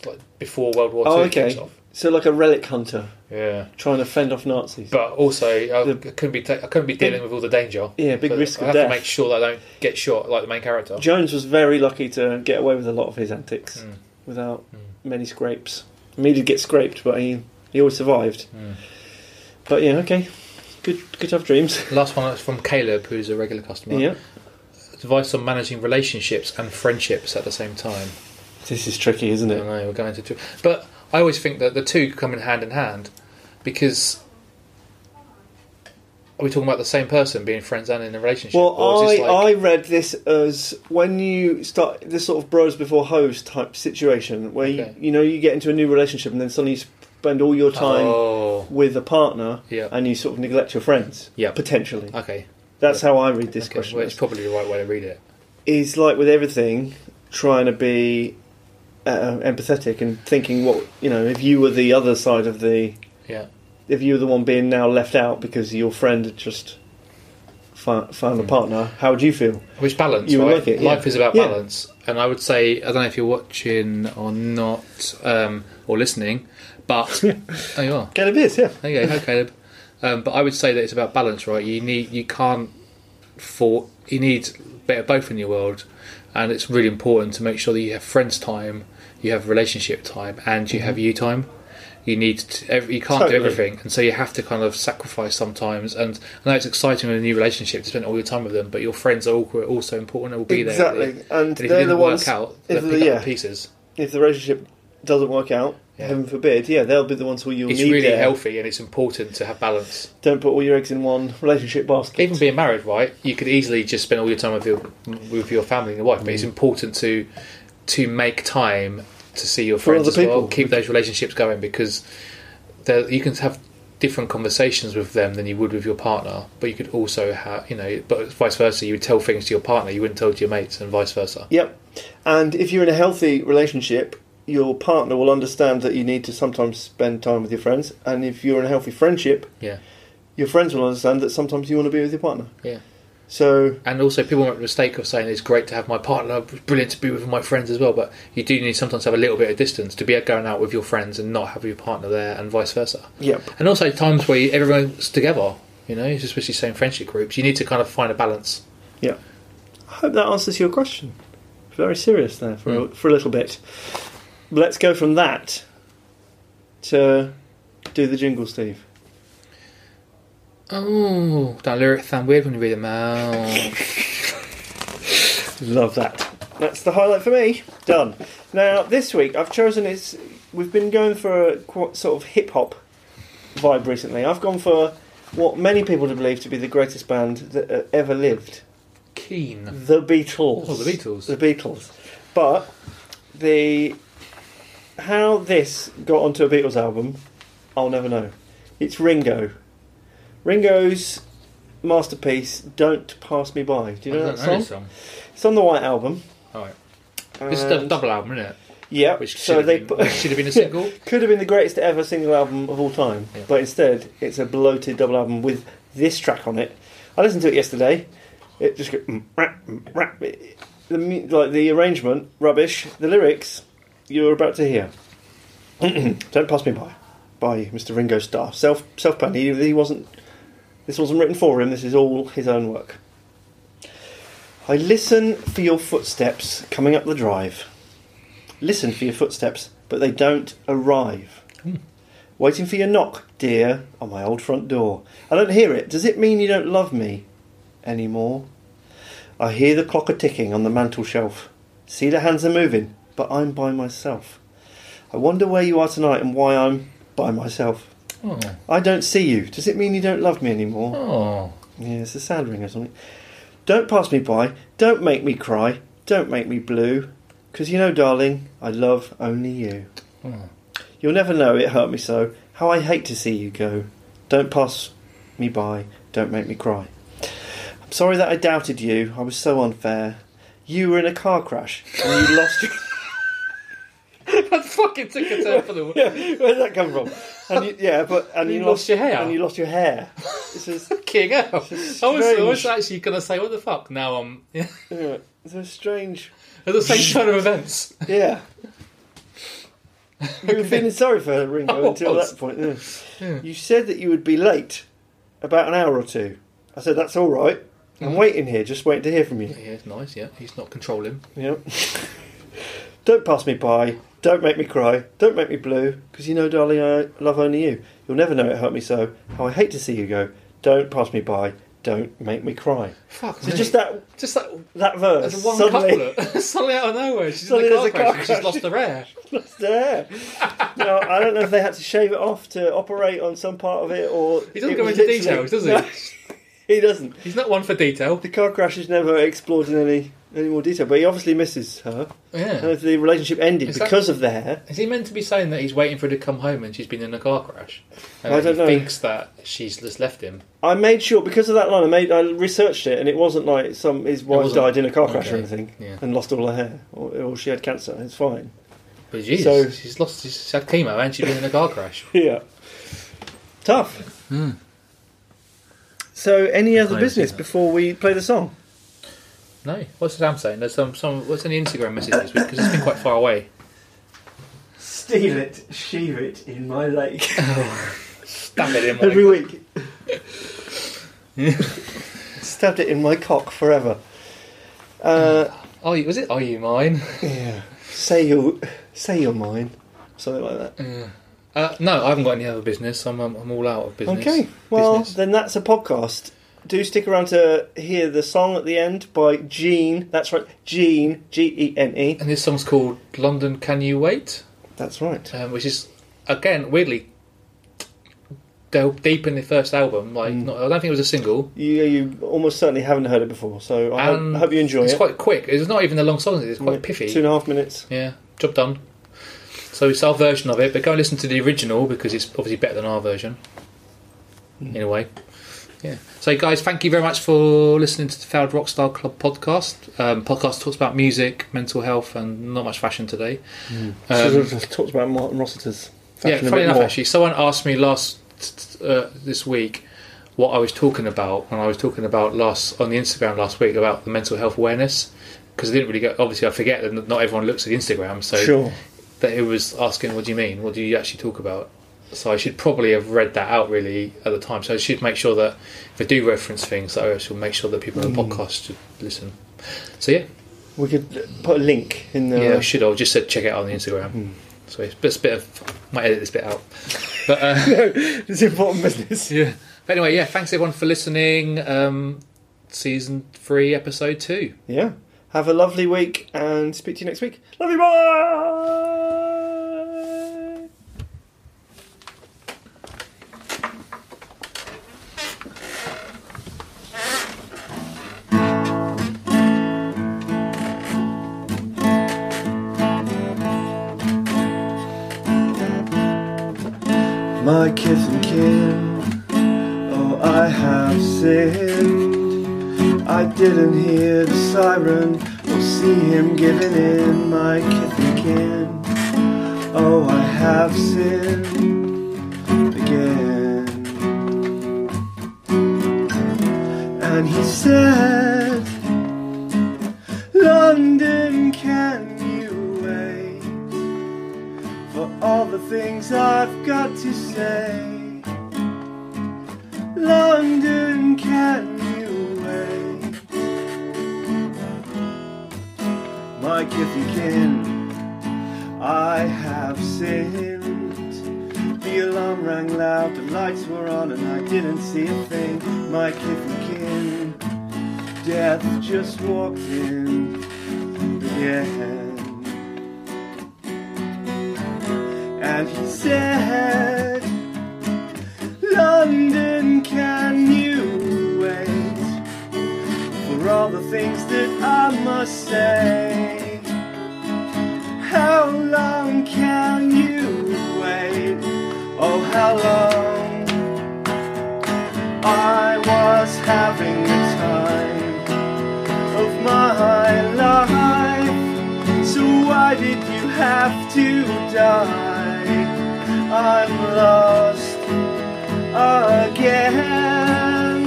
[SPEAKER 1] like before World War
[SPEAKER 2] Oh,
[SPEAKER 1] Two
[SPEAKER 2] okay.
[SPEAKER 1] kicks off.
[SPEAKER 2] So, like a relic hunter
[SPEAKER 1] Yeah,
[SPEAKER 2] trying to fend off Nazis.
[SPEAKER 1] but also I
[SPEAKER 2] The-
[SPEAKER 1] couldn't be ta- I couldn't be dealing with all the danger.
[SPEAKER 2] Yeah, big
[SPEAKER 1] So
[SPEAKER 2] risk
[SPEAKER 1] I
[SPEAKER 2] of
[SPEAKER 1] have
[SPEAKER 2] death.
[SPEAKER 1] to make sure that I don't get shot like the main character.
[SPEAKER 2] Jones was very lucky to get away with a lot of his antics
[SPEAKER 1] Mm.
[SPEAKER 2] without
[SPEAKER 1] Mm.
[SPEAKER 2] many scrapes. I mean, he did get scraped, but he he always survived.
[SPEAKER 1] Mm.
[SPEAKER 2] But yeah, okay, good good to have dreams.
[SPEAKER 1] Last one is from Caleb, who's a regular customer.
[SPEAKER 2] Yeah,
[SPEAKER 1] Advice on managing relationships and friendships at the same time.
[SPEAKER 2] this is tricky, isn't
[SPEAKER 1] I
[SPEAKER 2] it?
[SPEAKER 1] know we're going to, two- but I always think that the two come in hand in hand because are we talking about the same person being friends and in a relationship? is
[SPEAKER 2] Well, I
[SPEAKER 1] this like-
[SPEAKER 2] I read this as when you start this sort of bros before hoes type situation where
[SPEAKER 1] Okay.
[SPEAKER 2] you, you know you get into a new relationship and then suddenly you spend all your time
[SPEAKER 1] Oh,
[SPEAKER 2] with a partner
[SPEAKER 1] Yeah.
[SPEAKER 2] and you sort of neglect your friends.
[SPEAKER 1] Yeah.
[SPEAKER 2] potentially.
[SPEAKER 1] okay.
[SPEAKER 2] That's how I read this
[SPEAKER 1] okay.
[SPEAKER 2] question.
[SPEAKER 1] Well, it's probably the right way to read it.
[SPEAKER 2] is like with everything, trying to be uh, empathetic and thinking what you know. If you were the other side of the,
[SPEAKER 1] Yeah.
[SPEAKER 2] if you were the one being now left out because your friend had just found, found a
[SPEAKER 1] Hmm.
[SPEAKER 2] partner, how would you feel?
[SPEAKER 1] Which balance?
[SPEAKER 2] You would
[SPEAKER 1] right?
[SPEAKER 2] like it, yeah.
[SPEAKER 1] Life is about
[SPEAKER 2] Yeah.
[SPEAKER 1] balance, and I would say I don't know if you're watching or not um, or listening, but oh, you are.
[SPEAKER 2] Kind of is, yeah.
[SPEAKER 1] There you go. Hi, Caleb. Um, but I would say that it's about balance, right? You need, you can't for you need a bit of both in your world, and it's really important to make sure that you have friends time, you have relationship time, and you have you time. You need to, ev- you can't
[SPEAKER 2] Mm-hmm. Totally.
[SPEAKER 1] do everything, and so you have to kind of sacrifice sometimes. And I know it's exciting with a new relationship to spend all your time with them, but your friends are al- also important. They will be
[SPEAKER 2] Exactly,
[SPEAKER 1] there.
[SPEAKER 2] and
[SPEAKER 1] if it
[SPEAKER 2] they're the
[SPEAKER 1] didn't
[SPEAKER 2] ones-
[SPEAKER 1] work out. They'll
[SPEAKER 2] if the-
[SPEAKER 1] pick
[SPEAKER 2] yeah.
[SPEAKER 1] up the pieces.
[SPEAKER 2] If the relationship doesn't work out,
[SPEAKER 1] Yeah.
[SPEAKER 2] heaven forbid, yeah, they'll be the ones who you'll
[SPEAKER 1] It's
[SPEAKER 2] need
[SPEAKER 1] really
[SPEAKER 2] there.
[SPEAKER 1] healthy, and it's important to have balance.
[SPEAKER 2] Don't put all your eggs in one relationship basket.
[SPEAKER 1] even being married, right? You could easily just spend all your time with your with your family and your wife, but
[SPEAKER 2] Mm.
[SPEAKER 1] it's important to to make time to see your
[SPEAKER 2] For
[SPEAKER 1] friends
[SPEAKER 2] other
[SPEAKER 1] as well.
[SPEAKER 2] people.
[SPEAKER 1] Keep those relationships going because there- you can have different conversations with them than you would with your partner, but you could also have you know, but vice versa. You would tell things to your partner you wouldn't tell to your mates, and vice versa.
[SPEAKER 2] Yep. And if you're in a healthy relationship, your partner will understand that you need to sometimes spend time with your friends. And if you're in a healthy friendship,
[SPEAKER 1] Yeah,
[SPEAKER 2] your friends will understand that sometimes you want to be with your partner.
[SPEAKER 1] yeah.
[SPEAKER 2] So
[SPEAKER 1] And also, people make the mistake of saying it's great to have my partner, brilliant to be with my friends as well, but you do need sometimes to have a little bit of distance to be going out with your friends and not have your partner there, and vice versa.
[SPEAKER 2] Yep.
[SPEAKER 1] And also, times where you- everyone's together, you know, especially same friendship groups, you need to kind of find a balance.
[SPEAKER 2] yeah, I hope that answers your question. Very serious there for a, for a little bit. Let's go from that to do the jingle, Steve.
[SPEAKER 1] Oh, that lyric sound weird when you read them out.
[SPEAKER 2] Love that. That's the highlight for me. Done. Now this week I've chosen is we've been going for a qu- sort of hip hop vibe recently. I've gone for what many people believe to be the greatest band that uh, ever lived,
[SPEAKER 1] Keen.
[SPEAKER 2] the Beatles.
[SPEAKER 1] Oh, the Beatles.
[SPEAKER 2] The Beatles. But the how this got onto a Beatles album, I'll never know. It's Ringo. Ringo's masterpiece, "Don't Pass Me By." Do you know that song? It's on the White Album.
[SPEAKER 1] Alright. This is a
[SPEAKER 2] And-
[SPEAKER 1] double album, isn't it?
[SPEAKER 2] Yeah,
[SPEAKER 1] Which
[SPEAKER 2] so
[SPEAKER 1] should
[SPEAKER 2] they
[SPEAKER 1] have
[SPEAKER 2] put-
[SPEAKER 1] been, which should have been a single.
[SPEAKER 2] could have been the greatest ever single album of all time,
[SPEAKER 1] Yeah.
[SPEAKER 2] but instead it's a bloated double album with this track on it. I listened to it yesterday. It just go, mm, rah, mm, rah. It- the mu- like the arrangement rubbish, the lyrics you're about to hear. Don't pass me by, by Mr. Ringo Starr. Self self pun. He, he wasn't. This wasn't written for him. This is all his own work. I listen for your footsteps coming up the drive. Listen for your footsteps, but they don't arrive.
[SPEAKER 1] Hmm.
[SPEAKER 2] Waiting for your knock, dear, on my old front door. I don't hear it. Does it mean you don't love me anymore? I hear the clock a ticking on the mantel shelf. See the hands are moving, but I'm by myself. I wonder where you are tonight and why I'm by myself.
[SPEAKER 1] Oh.
[SPEAKER 2] I don't see you. Does it mean you don't love me anymore?
[SPEAKER 1] Oh.
[SPEAKER 2] Yeah, it's the sad ringers on it. Don't pass me by. Don't make me cry. Don't make me blue. 'Cause you know, darling, I love only you.
[SPEAKER 1] Hmm.
[SPEAKER 2] You'll never know it hurt me so. How I hate to see you go. Don't pass me by. Don't make me cry. I'm sorry that I doubted you. I was so unfair. You were in a car crash and you lost your.
[SPEAKER 1] That fucking took a turn for the worse.
[SPEAKER 2] Where'd that come from? And you, yeah, but and you,
[SPEAKER 1] You lost your hair.
[SPEAKER 2] and you lost your hair. This is
[SPEAKER 1] King out. I was, I was
[SPEAKER 2] strange.
[SPEAKER 1] actually going to say, what the fuck? Now I'm. It's
[SPEAKER 2] yeah, it's a strange.
[SPEAKER 1] the same turn of events.
[SPEAKER 2] Yeah. You were feeling sorry for Ringo
[SPEAKER 1] I
[SPEAKER 2] until
[SPEAKER 1] was.
[SPEAKER 2] that point. yeah. You said that you would be late about an hour or two. I said, that's all right.
[SPEAKER 1] Mm.
[SPEAKER 2] I'm waiting here, just waiting to hear from you.
[SPEAKER 1] Yeah, it's nice, yeah. He's not controlling.
[SPEAKER 2] Yep. Don't pass me by. Don't make me cry. Don't make me blue. Because you know, darling, I love only you. You'll never know it hurt me so. How I hate to see you go. Don't pass me by. Don't make me cry.
[SPEAKER 1] Fuck.
[SPEAKER 2] So just that
[SPEAKER 1] Just that.
[SPEAKER 2] that verse.
[SPEAKER 1] There's one
[SPEAKER 2] suddenly,
[SPEAKER 1] couplet. suddenly out of nowhere. She's
[SPEAKER 2] Suddenly
[SPEAKER 1] in the car
[SPEAKER 2] there's a car
[SPEAKER 1] crash. and She's
[SPEAKER 2] crash.
[SPEAKER 1] lost her hair.
[SPEAKER 2] It's there. now, I don't know if they had to shave it off to operate on some part of it or.
[SPEAKER 1] He doesn't
[SPEAKER 2] it
[SPEAKER 1] go
[SPEAKER 2] was
[SPEAKER 1] into
[SPEAKER 2] literally-
[SPEAKER 1] details, does he?
[SPEAKER 2] No, he doesn't.
[SPEAKER 1] He's not one for detail.
[SPEAKER 2] The car crash is never explored in any, any more detail, but he obviously misses her. And
[SPEAKER 1] Yeah.
[SPEAKER 2] if the relationship ended
[SPEAKER 1] Is that-
[SPEAKER 2] because of the hair.
[SPEAKER 1] Is he meant to be saying that he's waiting for her to come home and she's been in a car crash? And
[SPEAKER 2] I
[SPEAKER 1] that
[SPEAKER 2] don't
[SPEAKER 1] he
[SPEAKER 2] know.
[SPEAKER 1] thinks that she's just left him.
[SPEAKER 2] I made sure, because of that line, I made I researched it, and it wasn't like some his wife
[SPEAKER 1] wasn't-
[SPEAKER 2] died in a car crash
[SPEAKER 1] okay,
[SPEAKER 2] or anything
[SPEAKER 1] yeah.
[SPEAKER 2] and lost all her hair, or, or she had cancer. It's fine.
[SPEAKER 1] But jeez,
[SPEAKER 2] So-
[SPEAKER 1] she's lost. She's had chemo and she's been in a car crash.
[SPEAKER 2] Yeah. Tough.
[SPEAKER 1] Hmm.
[SPEAKER 2] So, any other
[SPEAKER 1] I
[SPEAKER 2] business
[SPEAKER 1] see that.
[SPEAKER 2] before we play the song?
[SPEAKER 1] No, what's Sam saying? There's some, some. What's any Instagram message this week? Because it's been quite far away.
[SPEAKER 2] Steal it, sheave it in my lake.
[SPEAKER 1] Damn it, in
[SPEAKER 2] Every week. Stabbed it in my cock forever. Uh,
[SPEAKER 1] Are you? Was it? Are you mine?
[SPEAKER 2] yeah. Say you say you're mine. Something like that.
[SPEAKER 1] Uh, no, I haven't got any other business. I'm, um, I'm, I'm all out of business.
[SPEAKER 2] Okay. Well,
[SPEAKER 1] Business.
[SPEAKER 2] then that's a podcast. Do stick around to hear the song at the end by Gene. That's right, Gene. G E N E.
[SPEAKER 1] and this song's called "London Can You Wait,"
[SPEAKER 2] That's right.
[SPEAKER 1] um, which is again weirdly delved deep in the first album. Like,
[SPEAKER 2] Mm.
[SPEAKER 1] not, I don't think it was a single.
[SPEAKER 2] You, you almost certainly haven't heard it before, so I, hope,
[SPEAKER 1] And
[SPEAKER 2] I hope you enjoy
[SPEAKER 1] It's
[SPEAKER 2] it.
[SPEAKER 1] quite quick. It's not even a long song. It's quite piffy.
[SPEAKER 2] Two and a half minutes.
[SPEAKER 1] Yeah, job done. So it's our version of it, but go and listen to the original because it's obviously better than our version.
[SPEAKER 2] Hmm.
[SPEAKER 1] In a way. Yeah. So guys, thank you very much for listening to the Failed Rockstar Club podcast. Um, podcast talks about music, mental health, and not much fashion today. Um,
[SPEAKER 2] Should've just talked about Martin Rossiter's.
[SPEAKER 1] yeah,
[SPEAKER 2] fashion a
[SPEAKER 1] funny
[SPEAKER 2] bit
[SPEAKER 1] enough,
[SPEAKER 2] more.
[SPEAKER 1] actually, someone asked me last uh, this week what I was talking about when I was talking about last on the Instagram last week about the mental health awareness because I didn't really go. Obviously, I forget that not everyone looks at Instagram, so
[SPEAKER 2] Sure.
[SPEAKER 1] that it was asking, "What do you mean? What do you actually talk about?" So I should probably have read that out really at the time. So I should make sure that if I do reference things, that I should make sure that people on the podcast should listen. So yeah,
[SPEAKER 2] We could put a link in the.
[SPEAKER 1] yeah, Hmm. I should. I just said check it out on the Instagram. So it's it's a bit of might edit this bit out, but. Uh,
[SPEAKER 2] It's important business.
[SPEAKER 1] yeah. But anyway, yeah, thanks everyone for listening. Um, season three, episode two.
[SPEAKER 2] Yeah. Have a lovely week and speak to you next week. Love you, bye! My kith and kin, oh, I have sinned. I didn't hear the siren or see him giving in. My kith and kin, oh, I have sinned again. And he said, London, can you wait? for all the things I've got to say. London, can you wait? My kith and kin, I have sinned. The alarm rang loud, the lights were on, and I didn't see a thing. My kith and kin, death just walked in again. And he said, London, can you wait for all the things that I must say? How long can you wait? Oh, how long? I was having the time of my life. So why did you have to die? I'm lost again.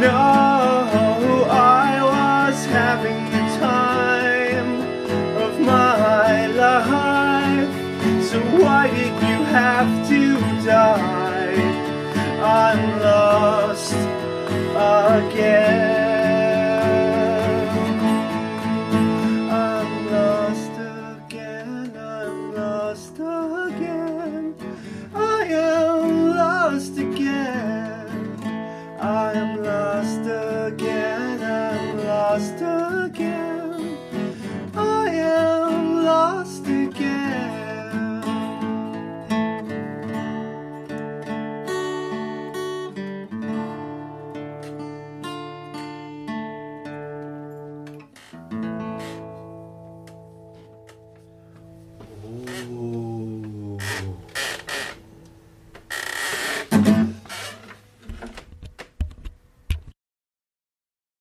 [SPEAKER 2] No, I was having the time of my life. So why did you have to die? I'm lost again.